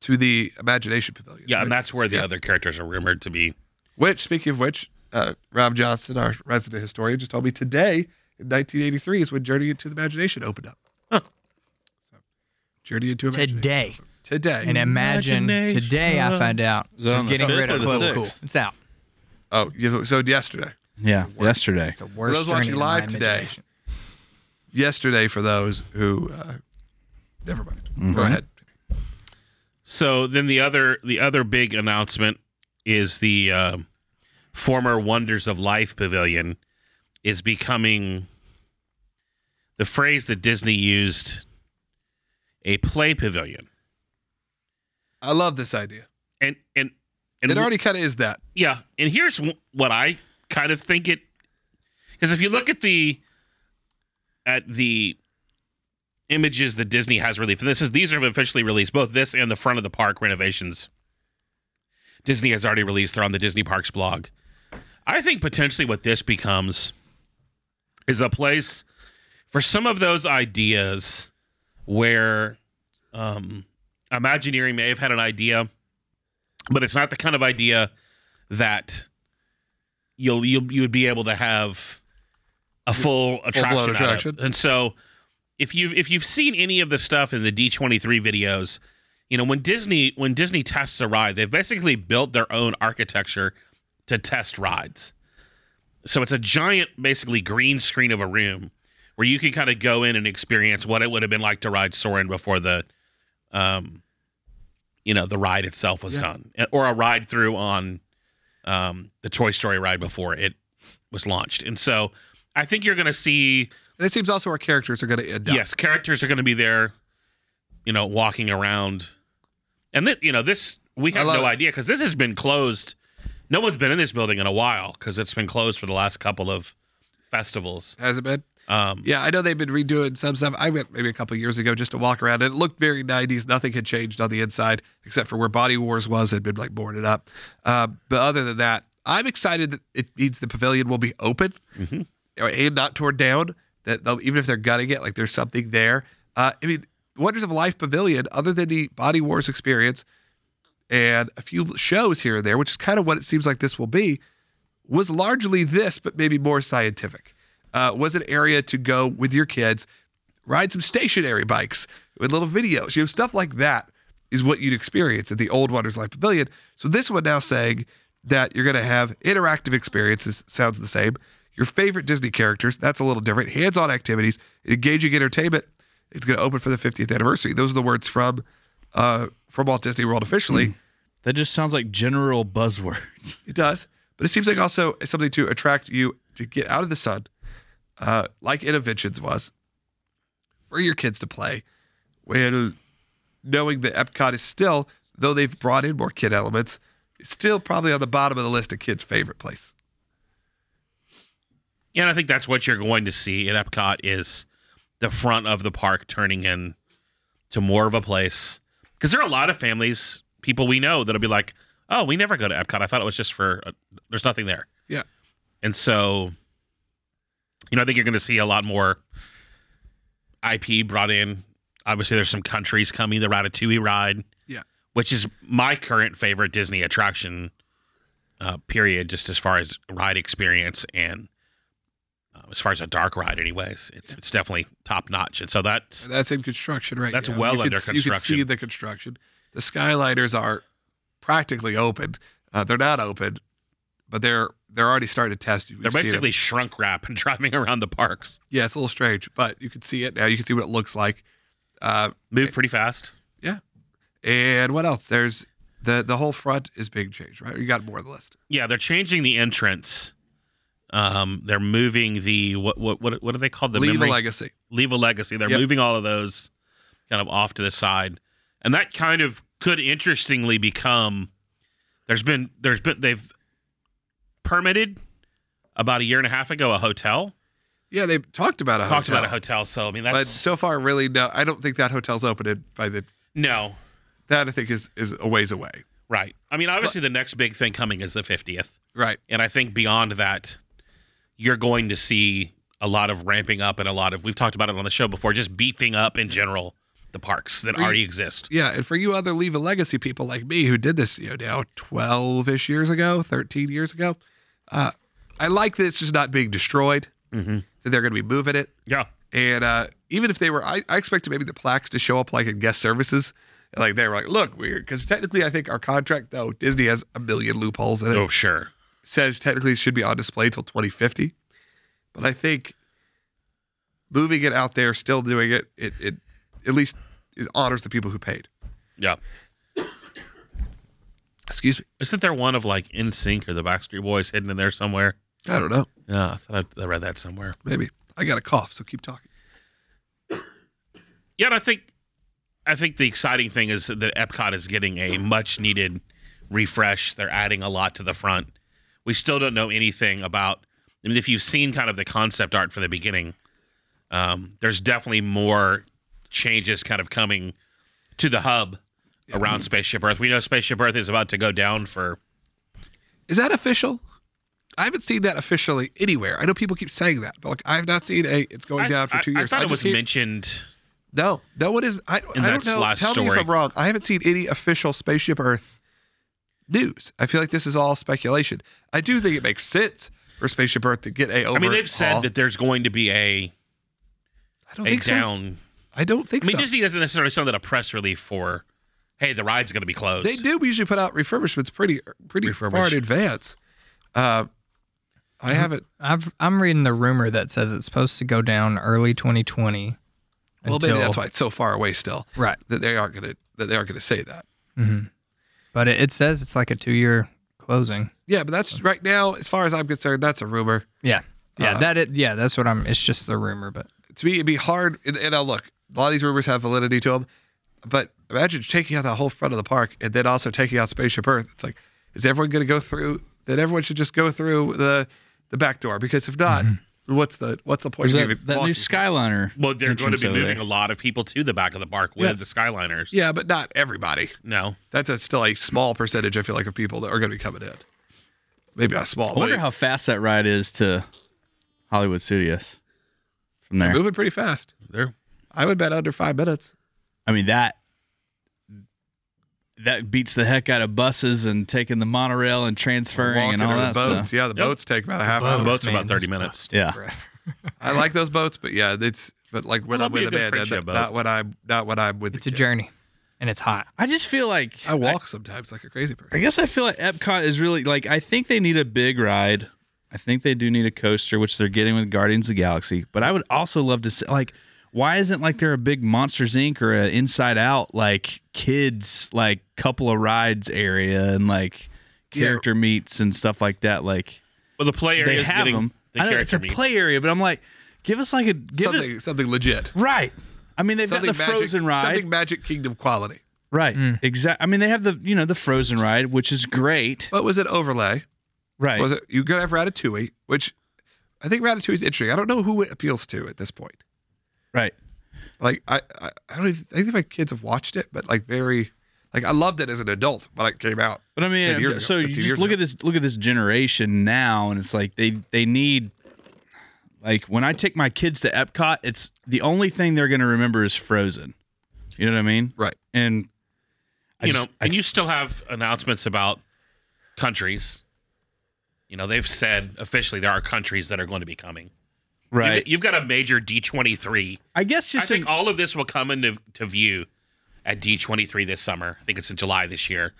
S1: to the Imagination Pavilion.
S2: Yeah, and
S1: Right?
S2: that's where the other characters are rumored to be.
S1: Which, speaking of which, uh, Rob Johnston, our resident historian, just told me today in 1983 is when Journey into the Imagination opened up.
S2: Huh.
S1: So, Journey into Imagination.
S5: today.
S1: Today.
S5: And imagine today I find out
S7: it
S5: we're
S7: on the
S5: getting
S7: fifth
S5: rid
S7: or
S5: of
S7: the
S5: Club Cool.
S7: sixth?
S5: It's out.
S1: oh, yeah, so yesterday.
S7: Yeah, yesterday.
S5: It's a
S1: For
S5: worse
S1: those
S5: journey
S1: watching
S5: than
S1: live
S5: my
S1: today,
S5: imagination.
S1: yesterday for those who, uh, never mind.
S2: Mm-hmm.
S1: Go ahead.
S2: So then the other the other big announcement is the uh, former Wonders of Life Pavilion is becoming the phrase that Disney used a play pavilion.
S1: I love this idea.
S2: And and and
S1: it already kind of is that.
S2: yeah, and here's wh- what I kind of think it because if you look at the at the images that Disney has released, and this is these are officially released, both this and the front of the park renovations Disney has already released. They're on the Disney Parks blog. I think potentially what this becomes is a place for some of those ideas where um, Imagineering may have had an idea, but it's not the kind of idea that you'll you'll you would be able to have a full attraction, out of.
S1: attraction.
S2: And so, if you if you've seen any of the stuff in the D twenty three videos, you know when Disney when Disney tests a ride, they've basically built their own architecture to test rides. So it's a giant, basically green screen of a room where you can kind of go in and experience what it would have been like to ride Soren before the, um, you know, the ride itself was done, or a ride through on, um, the Toy Story ride before it was launched. And so, I think you're going to see
S1: And it seems also our characters are going to adapt.
S2: Yes, characters are going to be there, you know, walking around. And this, you know, this we have
S1: love
S2: no
S1: it.
S2: idea because this has been closed. No one's been in this building in a while because it's been closed for the last couple of festivals.
S1: Has it been?
S2: Um,
S1: Yeah, I know they've been redoing some stuff. I went maybe a couple years ago just to walk around, and it looked very 90s. Nothing had changed on the inside except for where Body Wars was. It had been like boarded up. Uh, but other than that, I'm excited that it means the pavilion will be open or- and not torn down. That they'll- even if they're gutting it, like there's something there. Uh, I mean, Wonders of Life Pavilion, other than the Body Wars experience and a few shows here and there, which is kind of what it seems like this will be was largely this, but maybe more scientific. Uh, was an area to go with your kids, ride some stationary bikes with little videos, you know, stuff like that is what you'd experience at the old Wonders Life Pavilion. So this one now saying that you're going to have interactive experiences sounds the same. Your favorite Disney characters, that's a little different. Hands-on activities, engaging entertainment. It's going to open for the 50th anniversary. Those are the words from uh, from Walt Disney World officially.
S7: That just sounds like general buzzwords.
S1: It does, but it seems like also it's something to attract you to get out of the sun, uh, like Interventions was, for your kids to play. When knowing that Epcot is still, though they've brought in more kid elements, it's still probably on the bottom of the list of kids' favorite place.
S2: Yeah, and I think that's what you're going to see at Epcot is the front of the park turning in to more of a place because there are a lot of families, people we know that'll be like, "Oh, we never go to Epcot. I thought it was just for uh, there's nothing there."
S1: Yeah.
S2: and so you know, I think you're going to see a lot more IP brought in. Obviously, there's some countries coming. The Ratatouille ride,
S1: Yeah.
S2: which is my current favorite Disney attraction. Uh, period, just as far as ride experience and uh, as far as a dark ride, anyways, it's it's definitely top notch. And so that's
S1: That's in construction right
S2: That's
S1: now.
S2: well
S1: you
S2: under
S1: can, You can
S2: construction.
S1: see the construction. The skyliners are practically open. Uh, they're not open, but they're they're already starting to test you.
S2: they're
S1: We've seen 'em.
S2: basically shrunk wrap (laughs) and driving around the parks.
S1: yeah, it's a little strange, but you can see it now. You can see what it looks like. Uh,
S2: Move pretty fast.
S1: And what else? There's the the whole front is being changed, right? You got more on the list.
S2: Yeah, they're changing the entrance. Um, they're moving the what what what what are they called? The
S1: Leave
S2: memory?
S1: a legacy.
S2: leave a legacy. They're
S1: Yep.
S2: moving all of those kind of off to the side, and that kind of could interestingly become. There's been there's been they've permitted about a year and a half ago a hotel.
S1: Yeah, they talked about a
S2: Talked
S1: hotel,
S2: about a hotel, so I mean
S1: but
S2: that's
S1: so far, really, no. I don't think that hotel's opening by the.
S2: no
S1: That I think is is a ways away,
S2: right. I mean obviously the next big thing coming is the fiftieth,
S1: right?
S2: and I think beyond that, you're going to see a lot of ramping up and a lot of we've talked about it on the show before, just beefing up in general the parks that already exist.
S1: Yeah, and for you other leave a legacy people like me who did this, you know, now twelve ish years ago, thirteen years ago, uh, I like that it's just not being destroyed.
S2: Mm-hmm.
S1: That they're going to be moving it.
S2: Yeah.
S1: And uh, even if they were, I, I expected maybe the plaques to show up like in guest services. And like they were like, look, weird. Because technically, I think our contract, though, Disney has a million loopholes in it,
S2: Oh sure.
S1: says technically it should be on display till 2050. But I think moving it out there, still doing it, it, it at least it honors the people who paid.
S2: Yeah.
S1: Excuse me.
S2: Isn't there one of like NSYNC or the Backstreet Boys hidden in there somewhere?
S1: I don't know.
S2: Yeah, I thought I, I read that somewhere.
S1: Maybe. I got a cough, so keep talking.
S2: Yeah, and I think I think the exciting thing is that Epcot is getting a much needed refresh. They're adding a lot to the front. We still don't know anything about. I mean, if you've seen kind of the concept art for the beginning, um, there's definitely more changes kind of coming to the hub around Spaceship Earth. We know Spaceship Earth is about to go down for
S1: Is that official? I haven't seen that officially anywhere. I know people keep saying that, but like I've not seen a it's going down for two years.
S2: I thought it
S1: just
S2: was
S1: keep-
S2: mentioned.
S1: No, no one is. I, I
S2: that
S1: don't know.
S2: last
S1: Tell me if
S2: story.
S1: I'm wrong. I haven't seen any official Spaceship Earth news. I feel like this is all speculation. I do think it makes sense for Spaceship Earth to get a. Overhaul.
S2: I mean, they've said that there's going to be a
S1: I don't
S2: a
S1: think
S2: down.
S1: So. I don't think
S2: I mean,
S1: so.
S2: Disney doesn't necessarily send out a press relief for, hey, the ride's going to be closed.
S1: They do usually put out refurbishments pretty pretty far
S2: Refurbish. Mm-hmm.
S1: in advance. Uh, I haven't.
S5: I've, I'm reading the rumor that says it's supposed to go down early 2020.
S1: Well, maybe
S5: until-
S1: that's why it's so far away still.
S5: Right.
S1: That they aren't gonna that they aren't gonna say that.
S5: But it, it says it's like a two year closing.
S1: Yeah, but
S2: Uh.
S1: that's right now. As far as I'm concerned, that's a rumor.
S5: Yeah. Yeah.
S1: Uh,
S5: that it, yeah. That's what I'm. It's just the rumor, but
S1: to me, it'd be hard. And, and now look, a lot of these rumors have validity to them, but imagine taking out that whole front of the park and then also taking out Spaceship Earth. It's like, is everyone going to go through? Then everyone should just go through the the back door because if not, what's the what's the point?
S7: Mm-hmm. There's
S1: of
S7: that,
S1: even
S7: that new
S1: walking?
S7: Skyliner.
S2: Well, they're going to
S7: entrance
S2: be
S7: over
S2: moving
S7: there.
S2: a lot of people to the back of the park with
S1: Yeah.
S2: the Skyliners.
S1: Yeah, but not everybody.
S2: No.
S1: That's a, still a small percentage. I feel like of people that are going to be coming in. Maybe not small.
S7: I wonder
S1: but
S7: how fast that ride is to Hollywood Studios from there.
S1: moving pretty fast.
S2: They're
S1: I would bet under five minutes.
S7: I mean that that beats the heck out of buses and taking the monorail and transferring and
S1: Walking
S7: all
S1: or
S7: that
S1: the boats.
S7: stuff.
S1: Yeah, the
S2: Yep.
S1: boats take about a half
S7: Oh,
S2: the
S1: hour.
S2: boats are about
S5: man.
S2: 30 minutes.
S1: Ah,
S7: Yeah.
S1: I like those boats, but yeah, it's but like when
S2: Well,
S1: I'm
S2: that'd
S1: with a
S2: be a
S1: man,
S2: good
S1: not,
S2: friendship boat.
S1: not when I'm not when I'm with.
S5: it's
S1: the
S5: a
S1: kids.
S5: journey, and it's hot.
S7: I just feel like
S1: I walk sometimes like a crazy person.
S7: I guess I feel like Epcot is really like I think they need a big ride. I think they do need a coaster, which they're getting with Guardians of the Galaxy. But I would also love to see like why isn't like there a big Monsters Inc. or an Inside Out like kids like couple of rides area and like
S1: Yeah.
S7: character meets and stuff like that. Like
S2: Well, the play area
S7: they
S2: is
S7: have
S2: getting
S7: them.
S2: the
S7: I know,
S2: character
S7: it's a
S2: meets.
S7: play area, but I'm like, give us like a give
S1: something
S7: it
S1: something legit.
S7: right. I mean, they've got
S1: Something
S7: the
S1: magic,
S7: Frozen ride.
S1: Something Magic Kingdom quality.
S7: Right. Exactly. I mean, they have the you know the Frozen ride, which is great.
S1: What was it overlay?
S7: Right.
S1: Was it you could have Ratatouille, which I think Ratatouille's interesting. I don't know who it appeals to at this point.
S7: Right.
S1: Like I I, I don't even, I think my kids have watched it, but like very like I loved it as an adult when it came out.
S7: But I
S1: 10 years
S7: mean,
S1: ago,
S7: so you
S1: 15
S7: just
S1: years
S7: look
S1: ago.
S7: at this look at this generation now, and it's like they they need like when I take my kids to Epcot, it's the only thing they're going to remember is Frozen. You know what I mean?
S1: Right.
S7: And I
S2: you
S7: just-
S2: know,
S7: I-
S2: and you still have announcements about countries. You know, they've said officially there are countries that are going to be coming. You've-
S7: right.
S2: You've, got a major D23.
S7: I guess
S2: I
S7: just in,
S2: think all of this will come into to view at D23 this summer. I think it's in July this year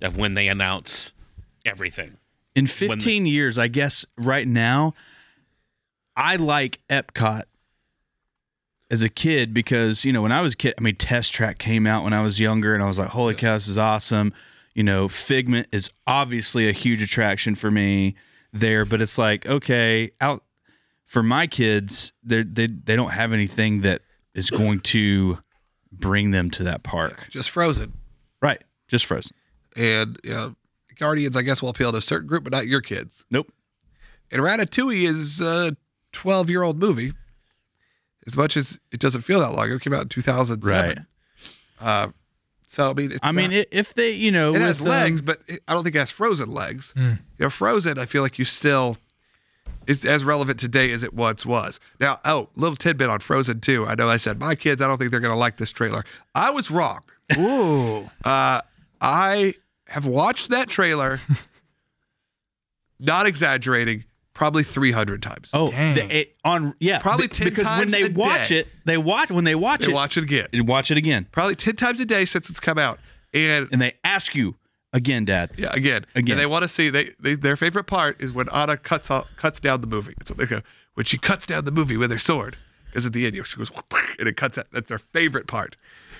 S2: of when they announce everything.
S7: in 15 years, I guess right now, I like Epcot as a kid because, you know, when I was a kid, I mean, Test Track came out when I was younger and I was like, holy cow, this is awesome. You know, Figment is obviously a huge attraction for me there, but it's like, okay, out for my kids, they they they don't have anything that is going to bring them to that park.
S1: Just Frozen
S7: Right. Just Frozen.
S1: and you know, Guardians. I guess will appeal to a certain group, but not your kids.
S7: Nope.
S1: And Ratatouille is a 12 year old movie. As much as it doesn't feel that long, ago, it came out in 2007.
S7: Right.
S1: Uh, so I mean, it's
S7: I mean,
S1: not-
S7: i if they, you know,
S1: it, has
S7: with, um,
S1: legs, but it, I don't think it has frozen legs. You know, frozen. I feel like you still it's as relevant today as it once was. Now, oh, little tidbit on Frozen too. I know I said my kids. I don't think they're gonna like this trailer. I was wrong.
S5: Ooh.
S1: Uh, I have watched that trailer, (laughs) not exaggerating, probably 300 times.
S7: Oh,
S5: Dang.
S7: the- it, on yeah,
S1: Probably
S7: be-
S1: 10
S7: because when
S1: times
S7: they
S1: a
S7: watch
S1: day.
S7: it, they watch when they watch
S1: they
S7: it,
S1: watch it again.
S7: they watch it again,
S1: probably 10 times a day since it's come out. And
S7: and they ask you again, Dad.
S1: yeah, again,
S7: Again.
S1: And they want to see they, they their favorite part is when Anna cuts off, cuts down the movie. That's what they go when she cuts down the movie with her sword. Because at the end, you know, she goes (laughs) "Whoop," and it cuts. Out. That's their favorite part.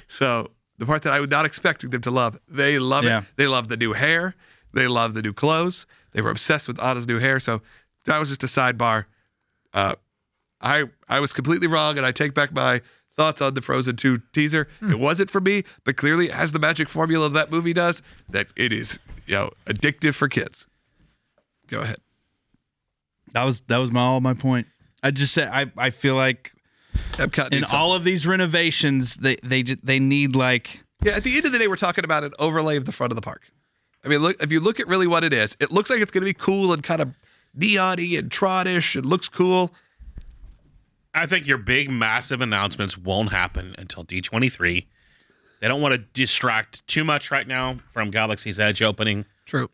S1: So the part that I was not expecting them to love, they love
S7: Yeah.
S1: it. They love the new hair. They love the new clothes. They were obsessed with Anna's new hair. So that was just a sidebar. Uh, I I was completely wrong, and I take back my thoughts on the Frozen 2 teaser. It wasn't for me, but clearly it has the magic formula that movie does that it is you know addictive for kids. Go ahead.
S7: That was that was my all my point. I just said I I feel like
S1: Epcot
S7: in
S1: needs
S7: all of these renovations, they they ju- they need like
S1: Yeah, at the end of the day, we're talking about an overlay of the front of the park. I mean, look if you look at really what it is, it looks like it's going to be cool and kind of neon-y and trottish. It looks cool.
S2: I think your big, massive announcements won't happen until D23. They don't want to distract too much right now from Galaxy's Edge opening.
S1: True.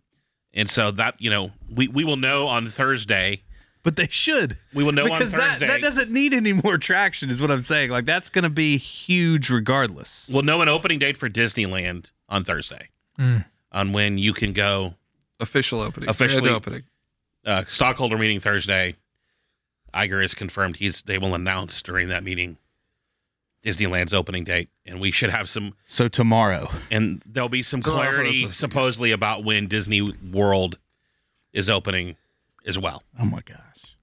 S2: And so that, you know, we, we will know on Thursday.
S7: But they should.
S2: We will know
S7: because
S2: on
S7: that,
S2: Thursday.
S7: that doesn't need any more traction, is what I'm saying. Like that's going to be huge, regardless.
S2: we'll know an opening date for Disneyland on Thursday on when you can go
S1: Official opening.
S2: Officially-
S1: Grand opening.
S2: uh, stockholder meeting Thursday. Iger is confirmed. He's they will announce during that meeting Disneyland's opening date, and we should have some.
S7: So tomorrow,
S2: And there'll be some
S1: Tomorrow for us
S2: clarity
S1: to-
S2: supposedly about when Disney World is opening as well.
S7: oh my gosh,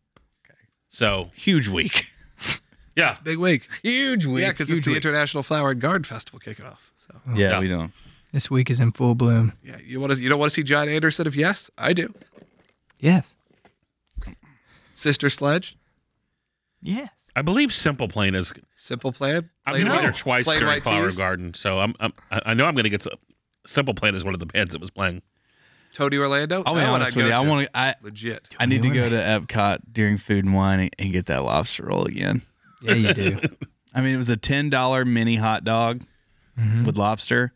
S2: So
S7: huge week.
S2: (laughs) yeah,
S1: Big week.
S5: Huge week.
S1: Yeah, because it's the International Flower and Garden Festival kicking off. So
S4: Oh.
S7: Yeah,
S2: Yeah.
S7: we don't.
S5: This week is in full bloom.
S1: yeah, you want to you don't want to see John Anderson? If yes, I do.
S5: Yes.
S1: Sister Sledge,
S5: Yes.
S2: I believe Simple Plan is.
S1: Simple Plan.
S2: I've
S1: Plain
S2: been
S1: White-
S2: there twice
S1: Plain
S2: during
S1: White
S2: Flower
S1: Tees.
S2: Garden, so I'm, I'm I I know I'm going to get to, Simple Plan is one of the bands that was playing.
S1: Tony Orlando.
S7: I'll be
S1: That one
S7: honest
S1: go
S7: with you. I
S1: to.
S7: want to. I
S1: legit.
S7: I need to go to Epcot during Food and Wine and, and get that lobster roll again.
S5: Yeah,
S1: (laughs)
S5: you do.
S7: I mean, it was a ten dollar mini hot dog
S4: Mm-hmm.
S7: with lobster.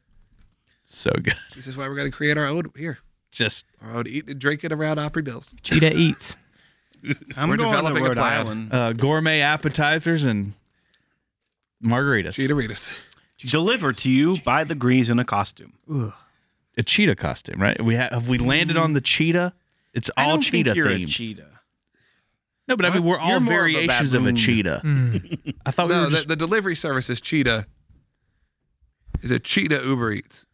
S7: So good. (laughs)
S1: This is why we're going to create our own here.
S7: Just
S1: Our own eating and drinking around Opry Bills.
S5: Cheetah eats.
S4: I'm
S1: We're
S4: going
S1: developing a
S4: to Rhode
S1: plan.
S4: Island.
S7: uh, gourmet appetizers and margaritas.
S1: Cheetah Ritas.
S4: Delivered to you by the Grease in a costume.
S7: A cheetah costume, right? We have, have we landed on the cheetah? It's
S4: Mm-hmm. I
S7: all
S4: don't think
S7: cheetah
S4: you're
S7: themed.
S4: A cheetah.
S7: no, but I mean, we're all
S4: You're more of a
S7: variations of a,
S4: baboon. Mm.
S7: cheetah. I thought we
S1: No,
S7: were
S1: the,
S7: Oh, just,
S1: the delivery service is Cheetah. Is it Cheetah Uber Eats?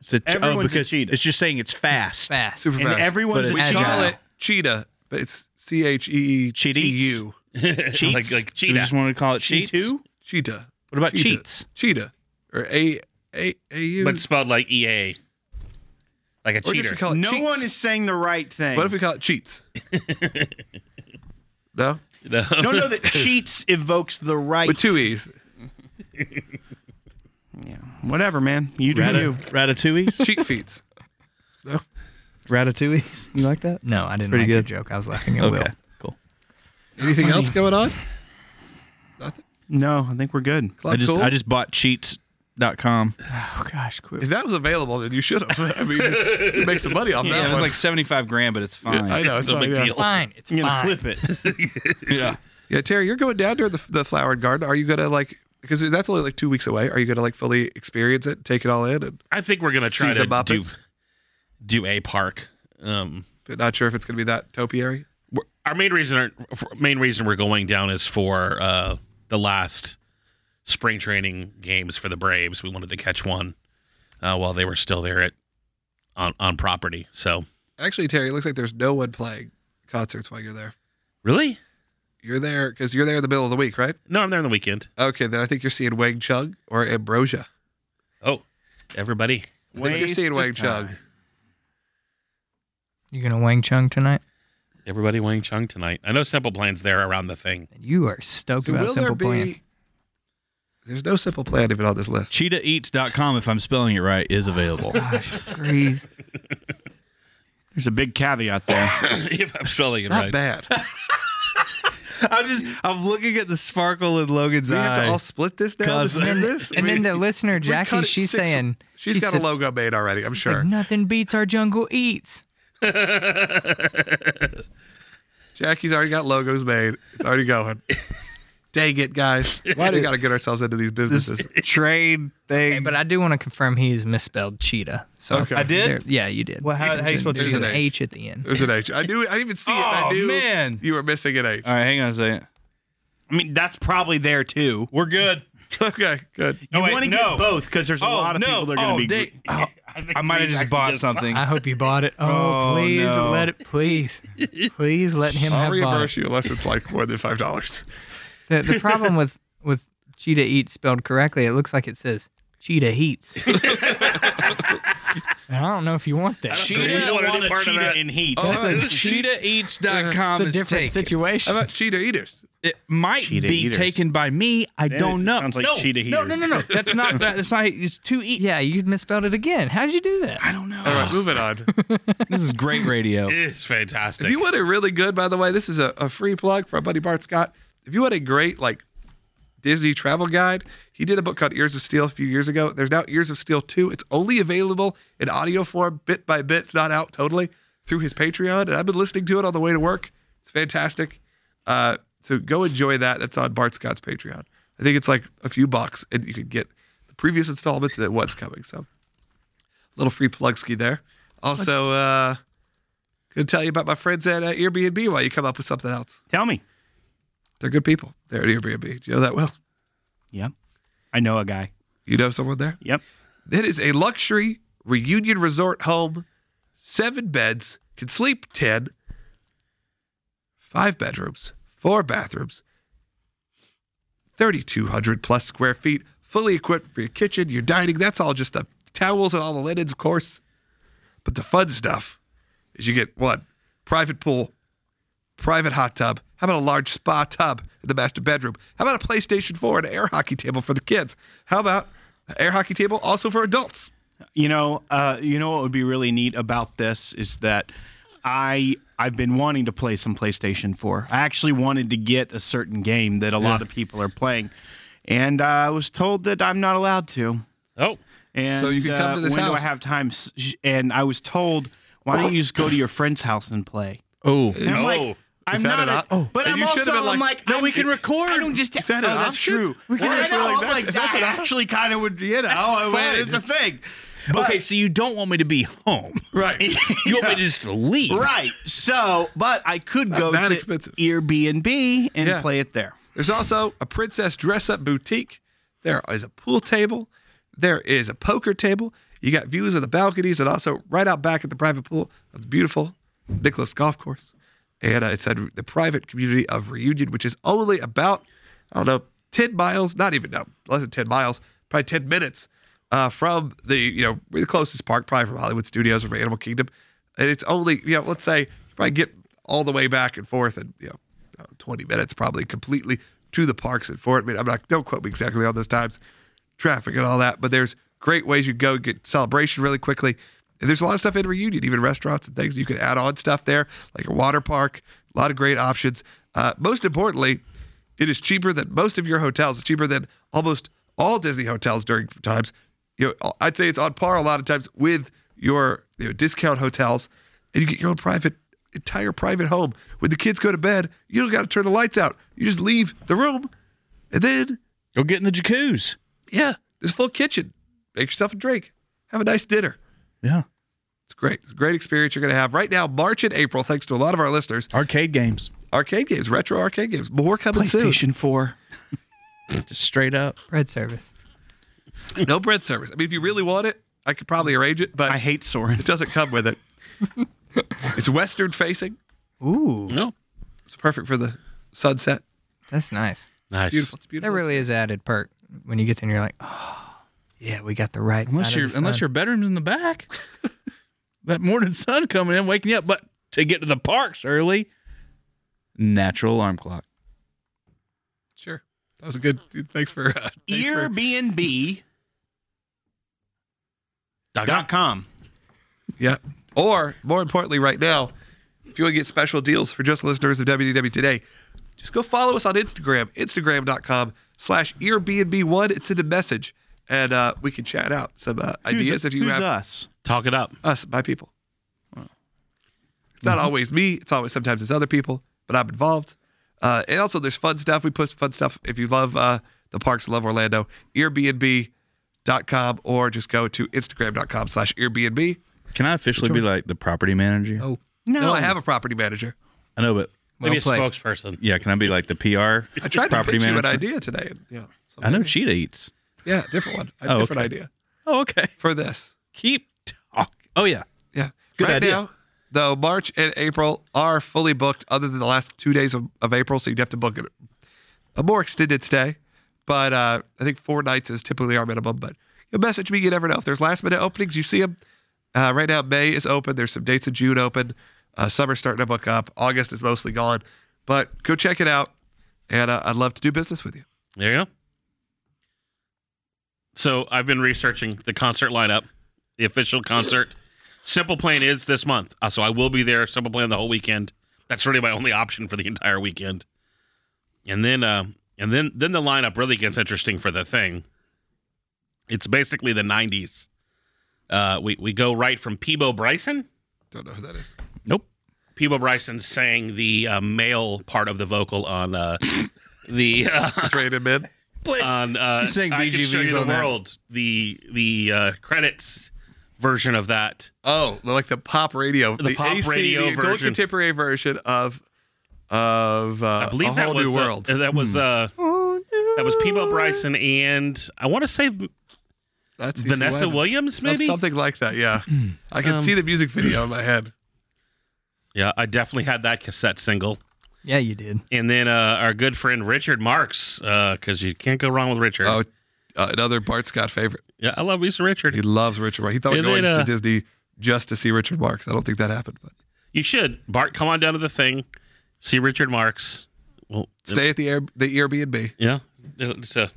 S7: it's a, che- oh,
S4: everyone's a
S7: because
S4: cheetah.
S7: It's just saying it's fast.
S5: Fast.
S1: Super
S4: And
S1: fast.
S4: everyone's
S7: But
S1: we
S4: a
S7: it's
S4: cheetah.
S1: call
S7: agile.
S1: it Cheetah, but it's C H E E T U.
S2: (laughs) Cheats? (laughs) like like
S7: We
S2: cheetah.
S7: just want to call it
S4: She
S7: cheats.
S4: too?
S1: Cheetah.
S7: What about
S1: Cheetah.
S7: cheats?
S1: Cheetah. Or A A A U.
S2: but spelled like EA. Like a
S1: Or just
S2: cheater.
S1: we
S2: (laughs)
S1: call it
S4: No
S1: cheats.
S4: one is saying the right thing.
S1: What if we call it cheats? (laughs) no?
S4: no, no, that cheats evokes the right.
S1: With two E's.
S4: Whatever, man. You do
S7: Rata-
S4: you. (laughs)
S7: ratatouilles?
S1: Cheat feets.
S7: ratatouilles? You like that?
S5: No, I didn't
S7: pretty
S5: like your
S7: good.
S5: joke. I was laughing at Will.
S7: Mm, Okay, cool.
S1: Anything else going on? Nothing.
S4: No, I think we're good.
S1: Clock
S7: I just
S1: cool?
S7: I just bought cheats.com.
S5: Oh gosh, quit.
S1: If that was available, then you should have. (laughs) I mean, you make some money off that.
S7: Yeah, it was
S1: one.
S7: like 75 grand, but it's fine.
S1: I know
S7: (laughs)
S1: it's
S2: No
S1: fine,
S2: big
S1: Oh, yeah.
S2: deal.
S5: Fine. It's
S4: You're gonna
S5: fine.
S4: flip it.
S7: yeah.
S1: Yeah, Terry, you're going down during the, the flower and garden. Are you gonna like? Because that's only like two weeks away. Are you gonna like fully experience it, take it all in, and
S2: I think we're gonna
S1: see
S2: try
S1: the
S2: to do,
S1: Muppets?
S2: do a park. Um,
S1: But not sure if it's gonna be that topiary.
S2: we're- our main reason, our main reason we're going down is for uh, the last spring training games for the Braves. We wanted to catch one uh, while they were still there at on on property. So
S1: Actually, Terry, it looks like there's no one playing concerts while you're there.
S2: really,
S1: You're there because you're there in the middle of the week, right?
S2: no, I'm there on the weekend.
S1: Okay, then I think you're seeing Wang Chung or Ambrosia.
S2: Oh, everybody,
S1: I think you're
S4: Waste
S1: seeing
S4: of
S1: Wang
S4: time.
S1: Chung.
S5: You're gonna Wang Chung tonight.
S2: everybody Wang Chung tonight. I know Simple Plan's there around the thing. (coughs)
S5: You are stoked
S1: So
S5: about
S1: will there
S5: Simple
S1: be?
S5: Plan.
S1: There's no simple plan even on this list.
S7: CheetahEats.com, if I'm spelling it right, is (laughs)
S1: (laughs)
S7: available.
S5: Gosh, please.
S4: There's a big caveat there.
S2: if I'm spelling it
S1: Not (laughs)
S2: right,
S1: bad.
S7: (laughs) I'm just, I'm looking at the sparkle in Logan's
S1: Do we have
S7: eye.
S1: to all split this now?
S7: Cause-
S1: This is this?
S5: and then the listener
S1: We cut
S5: Jackie,
S1: it
S5: she's
S1: six-
S5: saying
S1: she's
S5: she
S1: got
S5: said,
S1: a logo made already. I'm
S5: like,
S1: sure.
S5: nothing beats our jungle eats.
S1: Jackie's already got logos made. It's already
S5: (laughs)
S1: going. Dang it, guys! Why do we got to get ourselves into these businesses?
S4: (laughs)
S7: trade thing.
S5: Hey, but I do want to confirm he is misspelled cheetah. So
S1: Okay. I
S7: did?
S5: there- yeah, you did.
S7: Well, how- how you
S5: There's
S7: spell
S5: there's
S1: cheetah?
S5: an H at the end.
S1: There's an H. I knew. I didn't even see it. and I
S7: Oh,
S1: knew
S7: man.
S1: you were missing an H.
S7: All right, hang on a second.
S4: I mean, that's probably there too.
S7: We're good.
S1: (laughs) Okay, good.
S4: You
S7: wait,
S4: want to
S7: no.
S4: get both because there's a lot of people that are going to be.
S7: they- oh, I might have just bought something.
S5: I hope you bought it. Oh,
S7: Oh,
S5: please
S7: no.
S5: let it. Please, please let him
S1: I'll
S5: have uh, bought it.
S1: reimburse you unless it's like more than five dollars.
S5: The, the problem with with cheetah eats spelled correctly, it looks like it says cheetah heats. And I don't know if you want that.
S2: She didn't want any part of that.
S4: in heat.
S1: Oh,
S6: That's a cheetaheats.com
S5: it's a
S6: is
S5: different
S6: taken.
S5: situation.
S1: How about cheetah eaters?
S6: It might
S4: Cheetah
S6: be
S4: eaters.
S6: taken by me. I don't know.
S4: sounds like
S6: no,
S4: cheetah
S6: no, no, no,
S4: eaters.
S6: no. That's not. That, that's not. It's too eat.
S5: yeah, you misspelled it again. How'd you do that?
S6: I don't know.
S1: All
S5: (sighs)
S1: right, moving on.
S7: This is great radio.
S2: It's fantastic.
S1: If you want a really good, by the way, this is a, a free plug for our buddy Bart Scott. If you want a great like Disney travel guide, he did a book called Ears of Steel a few years ago. There's now Ears of Steel 2. It's only available in audio form, bit by bit. It's not out totally through his Patreon. And I've been listening to it on the way to work. It's fantastic. Uh, so go enjoy that. That's on Bart Scott's Patreon. I think it's like a few bucks, and you could get the previous installments and then what's coming. So little free plugski there. Also, uh, Gonna tell you about my friends at uh, Airbnb while you come up with something else.
S4: Tell me.
S1: They're good people. They're at Airbnb. Do you know that well?
S4: Yep. I know a guy.
S1: You know someone there?
S4: Yep.
S1: It is a luxury reunion resort home, seven beds, can sleep 10, five bedrooms, four bathrooms, 3,200 plus square feet, fully equipped for your kitchen, your dining. That's all just the towels and all the linens, of course. But the fun stuff is you get one private pool, private hot tub. How about a large spa tub in the master bedroom? How about a PlayStation 4 and an air hockey table for the kids? How about an air hockey table also for adults?
S4: You know, uh, you know what would be really neat about this is that I I've been wanting to play some PlayStation 4. I actually wanted to get a certain game that a lot of people are playing, and uh, I was told that I'm not allowed to.
S2: oh,
S4: And
S1: So you can come
S4: uh,
S1: to this
S4: when do
S1: house.
S4: I have time? S- sh- And I was told, why don't you just go to your friend's house and play?
S7: Oh,
S4: And I'm
S2: No.
S4: like,
S2: Is
S4: I'm
S1: that
S4: not.
S1: an
S4: a-
S1: op- oh.
S4: But
S1: And
S4: I'm
S1: you should have
S4: also
S1: been like,
S4: I'm like,
S1: no,
S4: I'm-
S1: we can
S4: I don't just.
S1: Is that an
S4: oh, that's
S1: option?
S4: True.
S1: We can
S4: Well, I
S1: just be
S4: know,
S1: like,
S4: I'm
S1: that's- if that's an
S4: I
S1: option-
S4: actually kind of would. You know, (laughs) I-
S1: Fine.
S4: it's a thing.
S7: okay. So you don't want me to be home,
S1: Right.
S7: You want me to just leave?
S4: Right. So, but I could go
S1: that
S4: to
S1: expensive.
S4: Airbnb and
S1: Yeah.
S4: play it there.
S1: There's also a princess dress up boutique. There is a pool table. There is a poker table. You got views of the balconies and also right out back at the private pool of the beautiful Nicholas Golf Course. And uh, it's at the private community of Reunion, which is only about, I don't know, 10 miles, not even, no, less than 10 miles, probably 10 minutes uh, from the, you know, the closest park, probably from Hollywood Studios or Animal Kingdom. And it's only, you know, let's say you probably get all the way back and forth and, you know, uh, 20 minutes probably completely to the parks at Fort. I mean, I'm not, don't quote me exactly on those times, traffic and all that, but there's great ways you go get celebration really quickly. And there's a lot of stuff in Reunion, even restaurants and things. You can add on stuff there, like a water park, a lot of great options. Uh, most importantly, it is cheaper than most of your hotels. It's cheaper than almost all Disney hotels during times. You know, I'd say it's on par a lot of times with your you know, discount hotels, and you get your own private, entire private home. When the kids go to bed, you don't got to turn the lights out. You just leave the room, and then
S7: Go get in the jacuzzi.
S1: yeah, there's a full kitchen. Make yourself a drink. Have a nice dinner.
S7: Yeah.
S1: It's great. It's a great experience you're going to have right now, March and April. Thanks to a lot of our listeners,
S7: Arcade games,
S1: arcade games, retro arcade games, more coming soon.
S4: PlayStation 4.
S7: just straight up.
S5: Bread service.
S1: No bread service. I mean, if you really want it, I could probably arrange it, but
S4: I hate Soren.
S1: It doesn't come with it. it's western facing.
S5: Ooh,
S2: no.
S1: It's perfect for the sunset.
S5: that's nice.
S2: Nice.
S1: Beautiful. It's
S5: That
S1: beautiful.
S5: really is added perk when you get there and you're like, oh, yeah, we got the right.
S7: Unless
S5: side
S7: your
S5: of the
S7: unless
S5: sun."
S7: your bedroom's in the (laughs) back. that morning sun coming in, waking you up. But to get to the parks early, natural alarm clock.
S1: sure. That was a good. dude, Thanks for. Uh, thanks for
S4: Airbnb.com.
S1: yeah. Or more importantly, right now, if you want to get special deals for just listeners of WDW today, just go follow us on Instagram, Instagram.com slash Airbnb1 and send a message. And uh, we can chat out some uh, ideas if you
S4: who's
S1: have
S4: us?
S2: Talk it up.
S1: us, my people. It's
S7: Mm-hmm.
S1: not always me. It's always sometimes it's other people, but I'm involved. Uh, and also, there's fun stuff. We post fun stuff. If you love uh, the parks, love Orlando, Airbnb.com, or just go to Instagram.com slash Airbnb.
S7: Can I officially be like the property manager?
S5: Oh.
S1: No. I have a property manager.
S7: I know, but
S5: Well
S2: Maybe a
S5: played.
S2: spokesperson.
S7: yeah, can I be like the PR?
S1: I tried to
S7: property
S1: pitch you an
S7: manager.
S1: idea today. and, Yeah, so-
S7: I know cheetah eats.
S1: yeah, different one, a
S7: Oh,
S1: different
S7: okay.
S1: idea
S7: Oh, okay. (laughs)
S1: for this.
S7: Keep talk. Oh yeah.
S1: Yeah.
S7: Good
S1: right
S7: idea.
S1: now, though, March and April are fully booked, other than the last two days of, of April. So you'd have to book it a more extended stay. But uh, I think four nights is typically our minimum. But you message me, you never know. If there's last minute openings, you see them, Uh, right now, May is open. There's some dates in June open. Uh, summer's starting to book up. August is mostly gone, but go check it out. And uh, I'd love to do business with you.
S2: There you go. So I've been researching the concert lineup, the official concert. Simple Plan is this month, uh, so I will be there. Simple Plan the whole weekend. That's really my only option for the entire weekend. And then, uh, and then, then the lineup really gets interesting for the thing. It's basically the '90s. Uh, we we go right from Peebo Bryson.
S1: Don't know who that is.
S2: Peebo Bryson sang the uh, male part of the vocal
S1: (laughs)
S2: on uh, the uh,
S1: It's rated mid.
S2: on uh,
S7: sang
S2: I Can Show
S7: BGVs
S2: You the
S7: on that.
S2: World, the the uh, credits version of that.
S1: Oh, like the pop radio, the,
S2: pop
S1: AC,
S2: radio
S1: the adult
S2: version.
S1: contemporary version of of uh,
S2: I believe
S1: a
S2: that
S1: whole new
S2: was uh,
S1: world. Hmm.
S2: that was uh, that was Peebo Bryson and I want to say
S1: That's E
S2: Vanessa
S1: Williams.
S2: Williams,
S1: Some-
S2: maybe. Um,
S1: something like that. (clears throat) Yeah, I can see the music video in my head.
S2: Yeah, I definitely had that cassette single.
S5: Yeah, you did.
S2: And then uh, our good friend Richard Marks, because you can't go wrong with Richard.
S1: Oh, uh, another Bart Scott favorite.
S2: yeah, I love Lisa
S1: He
S2: Richard.
S1: loves Richard Marx. He thought we were
S2: And
S1: going
S2: then,
S1: to
S2: uh,
S1: Disney just to see Richard Marx. I don't think that happened, but
S2: You should Bart. Come on down to the thing, see Richard Marks. Well,
S1: stay at the Air, the Airbnb,
S2: yeah, it's a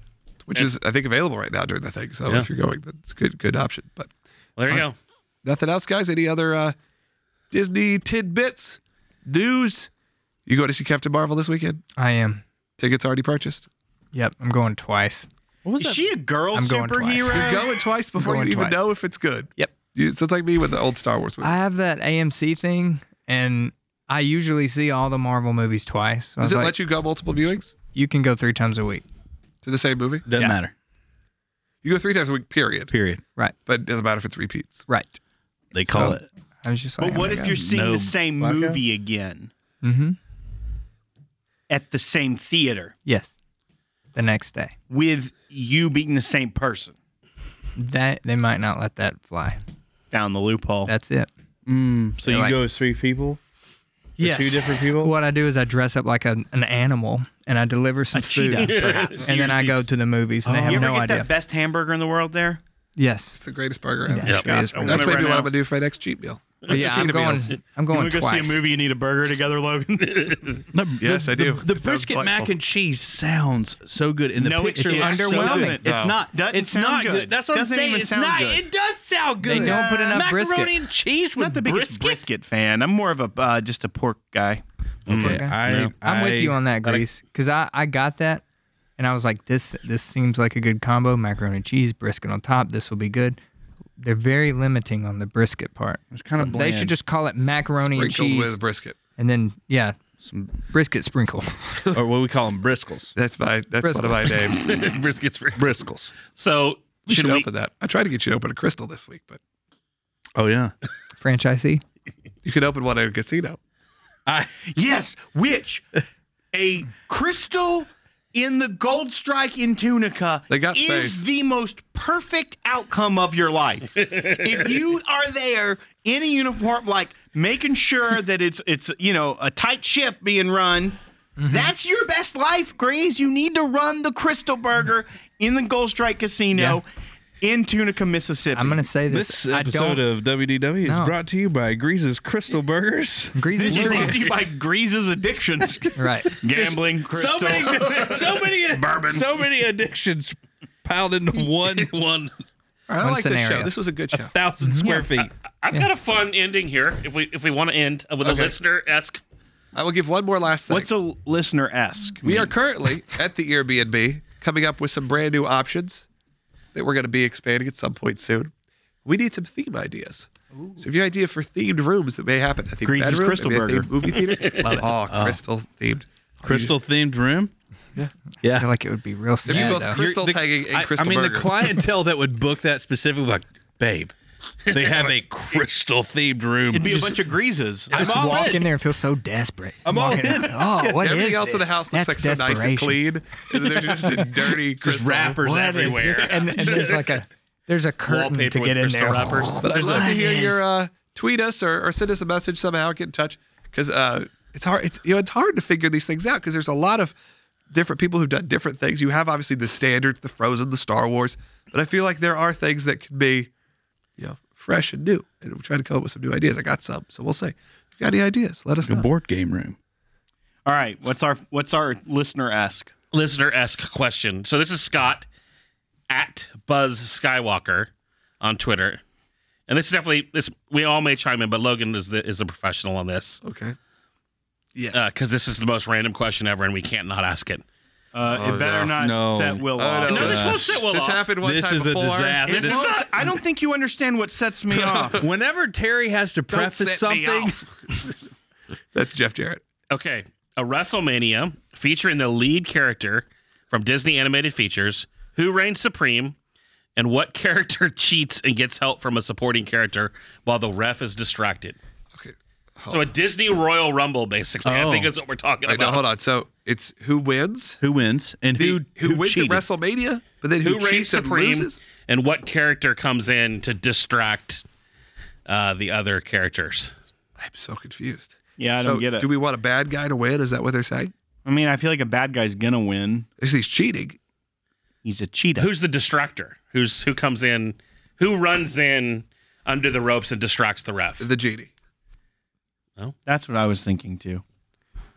S1: which is I think available right now during the thing. So
S2: Yeah.
S1: if you're going, that's a good good option. But
S2: Well, there you go.
S1: nothing else, guys. Any other uh, Disney tidbits, news? You going to see Captain Marvel this weekend?
S5: I am.
S1: Tickets already purchased.
S5: Yep, I'm going twice.
S4: Is she a girl
S5: I'm going
S4: superhero?
S1: You're going twice before
S5: going
S1: you even
S5: twice.
S1: know if it's good.
S5: Yep.
S1: You, so it's like me with the old Star Wars movie.
S5: I have that AMC thing, and I usually see all the Marvel movies twice. So I
S1: Does
S5: was
S1: it
S5: like,
S1: let you go multiple viewings
S5: you can go three times a week.
S1: to the same movie?
S7: Doesn't matter.
S1: You go three times a week, period.
S7: Period.
S5: Right,
S1: But it doesn't matter if it's repeats.
S5: right.
S7: They call
S5: So-
S7: it.
S5: I was just like, "Oh
S4: But what if you're seeing
S7: No
S4: the same
S7: blackout?
S4: movie again
S5: Mm-hmm.
S4: at the same theater
S5: Yes, the next day.
S4: with you being the same person
S5: That they might not let that fly.
S4: down the loophole?
S5: That's it.
S7: Mm, so
S5: They're
S7: you
S5: like-
S7: go as three people,
S5: Yes.
S7: two different people.
S5: What I do is I dress up like an, an animal and I deliver some
S4: (laughs)
S5: food, perhaps, and then I go to the movies and they
S4: Oh. you
S5: have
S4: ever
S5: no
S4: get
S5: idea.
S4: that best hamburger in the world there?
S5: Yes,
S1: It's the greatest burger ever.
S5: Yeah, sure is
S2: I want
S1: That's
S2: it
S1: maybe
S2: right
S1: what
S2: now.
S1: I'm gonna do for my next cheat meal.
S5: But yeah, I'm
S1: Cheetah
S5: going.
S1: meals.
S5: I'm going twice.
S4: you need a burger together, Logan?
S7: (laughs)
S4: (laughs)
S1: Yes, I do.
S7: The brisket mac and cheese sounds so good in the
S4: No, it
S7: picture.
S4: doesn't.
S7: looks so
S4: Underwhelming.
S7: good. It's
S1: No.
S7: not.
S4: Doesn't
S7: it's
S4: sound
S7: not good.
S4: good.
S7: That's what
S4: Doesn't
S7: I'm saying.
S4: even
S7: It's
S4: sound
S7: not.
S4: good.
S7: It does sound good.
S5: They don't put enough
S7: Macaroni
S5: brisket.
S7: and cheese with
S4: Not the biggest brisket, fan. I'm more of a uh, just a pork guy.
S5: Okay.
S6: I,
S5: I'm with you on that, Grease, because I, I got that, and I was like, this this seems like a good combo: macaroni and cheese, brisket on top. This will be good. They're very limiting on the brisket part.
S7: It's kind of
S5: They should just call it macaroni and
S1: sprinkled
S5: cheese,
S1: with brisket.
S5: and then yeah, brisket sprinkle. (laughs)
S7: or what we call them briskles.
S1: That's my that's one of my
S5: (laughs)
S1: names. You
S2: Brisket's free.
S7: Briskles.
S2: So
S1: should
S2: should we?
S1: open that. I tried to get you to open a crystal this week, but
S7: (laughs) Oh yeah.
S5: Franchisee,
S1: you could open one at a casino.
S4: Yes, which a crystal in the gold strike in Tunica
S1: They got
S4: is
S1: space.
S4: the most perfect outcome of your life. if you are there in a uniform, like making sure that it's it's you know a tight ship being run. That's your best life, Grease. You need to run the Crystal Burger in the Gold Strike Casino in Tunica, Mississippi.
S5: I'm gonna say this.
S7: This
S5: I
S7: episode
S5: don't.
S7: of WDW is
S5: No.
S7: brought to you by Grease's Crystal Burgers.
S5: Grease
S4: this
S5: is
S4: is brought to
S5: Grease.
S4: you by Grease's Addictions,
S5: right.
S4: gambling, crystal.
S7: So many, so
S1: (laughs)
S7: many, so many addictions piled into one
S2: One.
S1: I
S5: One
S1: like this show.
S5: scenario.
S1: This was a good show.
S7: thousand square feet.
S2: I've got a fun ending here. If we if we want to end with
S1: Okay.
S2: a listener esque,
S1: I will give one more last thing.
S4: What's a listener esque?
S1: we
S5: (laughs)
S1: are currently at the Airbnb coming up with some brand new options that we're going to be expanding at some point soon. We need some theme ideas. So if you have idea for themed rooms that may happen, I think
S4: Grease's
S1: bedroom,
S4: Crystal
S1: maybe a
S4: Burger.
S1: themed movie
S5: (laughs)
S1: theater. Oh,
S5: Uh,
S1: crystal themed.
S7: Crystal themed room.
S5: I feel like it would be real
S1: If you
S5: sad
S1: both
S5: though.
S1: crystals
S7: You're- the-
S1: hanging and
S7: I,
S1: crystal
S7: I mean,
S1: burgers.
S7: the clientele that would book that specifically, like, babe,
S1: (laughs)
S7: they have a crystal themed room.
S4: It'd be a bunch of greases.
S5: just
S7: all
S5: walk
S7: in.
S5: in there and feel so desperate.
S7: I'm all
S5: Walking
S7: in.
S5: out, Oh, what is
S1: Everything else in the
S5: this?
S1: house looks like
S5: That's
S1: so nice and
S5: desperation.
S1: clean. And then there's just a
S5: (laughs)
S1: dirty crystal.
S7: wrappers
S2: What is
S7: everywhere.
S2: this?
S5: and, and there's like a there's a curtain
S2: Wallpaper
S5: to
S2: with
S5: get in
S2: crystal
S5: there.
S2: wrappers.
S1: But I'd love to
S5: What
S1: hear
S5: is-
S1: your uh, tweet us or, or send us a message somehow, get in touch because uh, it's hard. It's you know it's hard to figure these things out because there's a lot of different people who've done different things. You have obviously the standards, the Frozen, the Star Wars, but I feel like there are things that can be you know fresh and new. And we're trying to come up with some new ideas. I got some, so we'll see. If you got any ideas, let us know.
S7: board game room.
S4: All right, what's our what's our listener esque?
S2: listener esque question. So this is Scott at Buzz Skywalker on Twitter, and this is definitely this. We all may chime in, but Logan is the is the professional on this
S1: Okay. Yes.
S2: because this is the most random question ever, and we can't not ask it.
S4: Uh,
S1: Oh,
S4: it better
S1: no.
S4: not
S7: No.
S4: set Will
S1: Oh,
S4: off. Uh,
S1: no,
S2: No, this
S1: gosh.
S2: won't sit well
S1: this
S2: off.
S1: happened one
S7: This
S1: time
S7: is a
S1: before.
S7: disaster.
S2: This is not.
S4: I don't think you understand what sets me off.
S7: Whenever Terry has to preface
S1: set me
S7: something,
S1: That's Jeff Jarrett.
S2: Okay, a WrestleMania featuring the lead character from Disney animated features, who reigns supreme, and what (laughs) character cheats and gets help from a supporting character while the ref is distracted.
S1: Okay.
S2: So a Disney Royal Rumble, basically. I
S7: Oh.
S2: think is what we're talking
S1: Wait,
S2: about.
S1: no, hold on. So it's who wins,
S7: who wins and
S1: The-
S7: who
S1: who, wins
S7: cheated?
S1: at WrestleMania, but then who,
S2: Who reigns
S1: cheats and
S2: supreme,
S1: loses.
S2: and what character comes in to distract uh, the other characters?
S1: I'm so confused.
S4: Yeah, I
S1: so
S4: don't get it.
S1: Do we want a bad guy to win? Is that what they're saying?
S4: I mean, I feel like a bad guy's gonna win.
S1: Is he's cheating?
S4: He's a cheetah.
S2: Who's the distractor? Who's who comes in? Who runs in under the ropes and distracts the ref?
S1: The genie.
S4: That's what I was thinking too.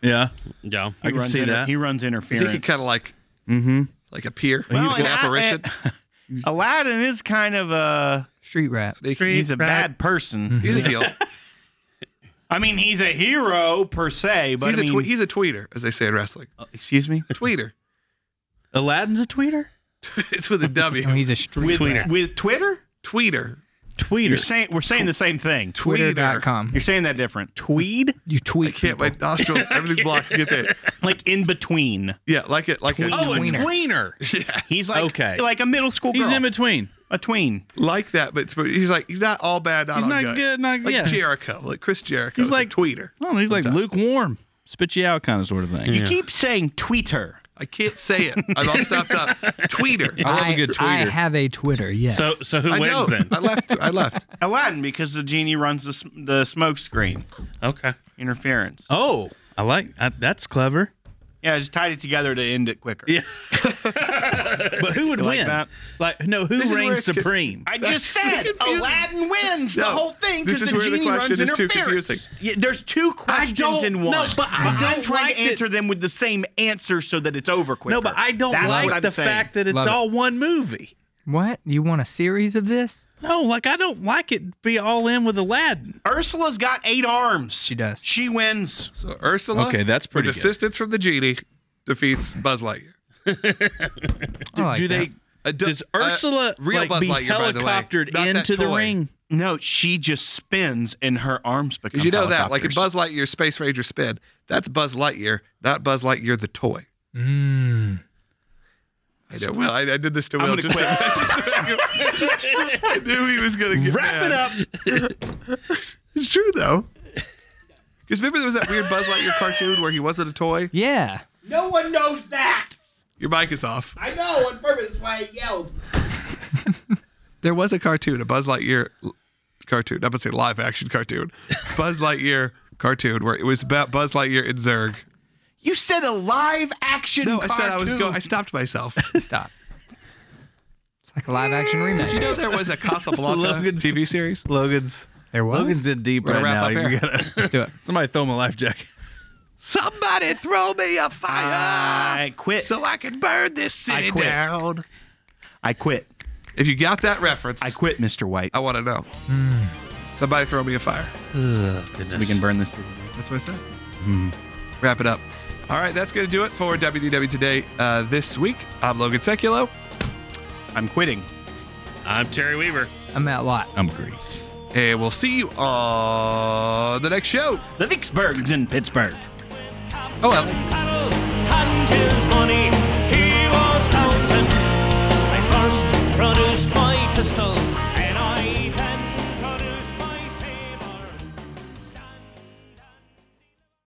S7: Yeah,
S2: yeah.
S7: I can
S4: runs
S7: see
S4: inter-
S7: that.
S4: he runs
S1: 'Cause
S4: interference.
S1: He could kind of like,
S7: Mm-hmm.
S1: like appear, like an
S4: and I-
S1: apparition.
S4: (laughs) Aladdin is kind of a
S5: Street rap.
S4: he's a bad person.
S1: He's a heel.
S4: I mean, he's a hero per se, (laughs) but
S1: he's
S4: I
S1: a
S4: mean, Uh,
S1: twe- he's a tweeter, as they say in wrestling.
S4: excuse me,
S1: Tweeter.
S7: Aladdin's a tweeter.
S1: (laughs) it's with a W.
S5: No,
S7: (laughs)
S5: Oh, he's a street
S4: with
S5: rap.
S4: with Twitter.
S1: tweeter.
S4: You're
S7: Tweeter.
S4: saying we're saying the same thing.
S5: Twitter.com.
S4: You're saying that different. Tweed,
S5: You
S1: I
S5: tweet.
S1: can't. My nostrils. Everything's blocked. You Can't say it.
S4: like in between.
S1: Yeah, like it. Like a,
S5: Tween.
S1: oh,
S5: Tweener.
S4: He's like
S7: Okay.
S4: like a middle school
S7: He's
S4: girl.
S7: in between.
S4: a tween.
S1: like that. But, it's- but he's like he's not all bad. Not
S7: He's
S1: all
S7: not
S1: good.
S7: good. Not good.
S1: Like
S7: yeah.
S1: Jericho. Like Chris Jericho.
S7: He's
S1: is a
S7: like-
S1: tweeter.
S7: Oh, he's like lukewarm, spit you out kind of sort of thing.
S4: You keep saying tweeter.
S1: I can't say it. I'm all stopped up. Tweeter.
S7: I love a good
S5: I
S7: tweeter.
S5: have a Twitter. Yes.
S2: So so who
S1: I
S2: wins
S1: know.
S2: then?
S1: I left. I left.
S4: Aladdin because the genie runs the s- the smoke screen
S2: Okay.
S4: interference.
S7: Oh, I like I, that's clever.
S4: Yeah, I just tied it together to end it quicker.
S7: Yeah. (laughs) But who would
S4: like
S7: win?
S4: that?
S7: Like no, who
S1: This is where
S7: reigns
S1: it gets-
S7: supreme?
S4: I just said
S1: confusing.
S4: Aladdin wins the
S1: No,
S4: whole thing
S1: this
S4: because
S1: is
S4: the
S1: where the
S4: genie
S1: question
S4: runs
S1: is too
S4: interference.
S1: confusing.
S4: Yeah, there's two questions
S7: don't-
S4: in
S7: no,
S4: one.
S7: but I
S4: am
S7: don't
S4: trying
S7: like
S4: to
S7: that-
S4: answer them with the same answer so that it's over quicker.
S7: no, but I don't
S4: That's what
S7: like
S4: I'm
S7: the
S4: saying.
S7: fact that it's
S5: Love it.
S7: all one movie.
S5: what? You want a series of this?
S7: No, like I don't like it to be all in with Aladdin.
S4: Ursula's got eight arms.
S5: She does.
S4: She wins.
S1: So Ursula.
S7: Okay, that's pretty
S1: With
S7: good.
S1: assistance from the genie, defeats Buzz Lightyear.
S5: I like
S7: Do
S5: that.
S7: they?
S1: Uh, do-
S7: does
S1: uh,
S7: Ursula
S1: real
S7: like
S1: Buzz
S7: be
S1: Lightyear, by the way,
S7: helicoptered
S1: not that
S7: into the
S1: toy.
S7: ring?
S4: No, she just spins and her arms become.
S1: Because you know that, like in
S4: helicopters.
S1: Buzz Lightyear Space Ranger Spin, that's Buzz Lightyear, not Buzz Lightyear the toy.
S5: Mm.
S1: I know. Well, I, I did this to
S4: I'm
S1: Will.
S4: gonna
S1: just-
S4: quit.
S1: (laughs) I knew he was gonna get
S7: Wrap
S1: mad.
S7: it up.
S1: (laughs) It's true though. Because remember there was that weird Buzz Lightyear cartoon where he wasn't a toy.
S5: Yeah.
S8: No one knows that.
S1: Your mic is off.
S8: I know on purpose. That's why I yelled.
S1: There was a cartoon, a Buzz Lightyear l- cartoon. I'm gonna say live action cartoon, Buzz Lightyear cartoon where it was about Buzz Lightyear and Zurg.
S4: you said a live action.
S1: No, I said I was
S4: cartoon.
S1: going. I stopped myself.
S5: Stop. It's like a live action remake.
S1: Did you know there was a Casablanca
S7: Logan's-
S1: TV Uh, series?
S7: Logan's
S5: There was.
S7: Logan's in deep
S1: We're
S7: right
S1: gonna
S7: now.
S1: wrap up
S7: You
S1: here. (laughs)
S7: gotta,
S5: Let's do it.
S7: somebody throw him a life jacket.
S1: Somebody throw me a fire.
S4: I quit.
S1: so I can burn this city
S4: quit.
S1: down.
S4: I quit.
S1: If you got that reference,
S4: I
S1: I,
S4: quit, Mr. White.
S1: want to know. Somebody throw me a fire.
S4: We can burn this. thing.
S1: That's what I said. Wrap it up. All right, that's going to do it for WDW Today uh, this week. I'm Logan Seculo.
S4: I'm quitting.
S2: I'm Terry Weaver.
S5: I'm Matt Lot.
S7: I'm Grease.
S1: and we'll see you on the next show.
S4: The Vicksburg's in Pittsburgh.
S5: Oh well.
S9: paddle and his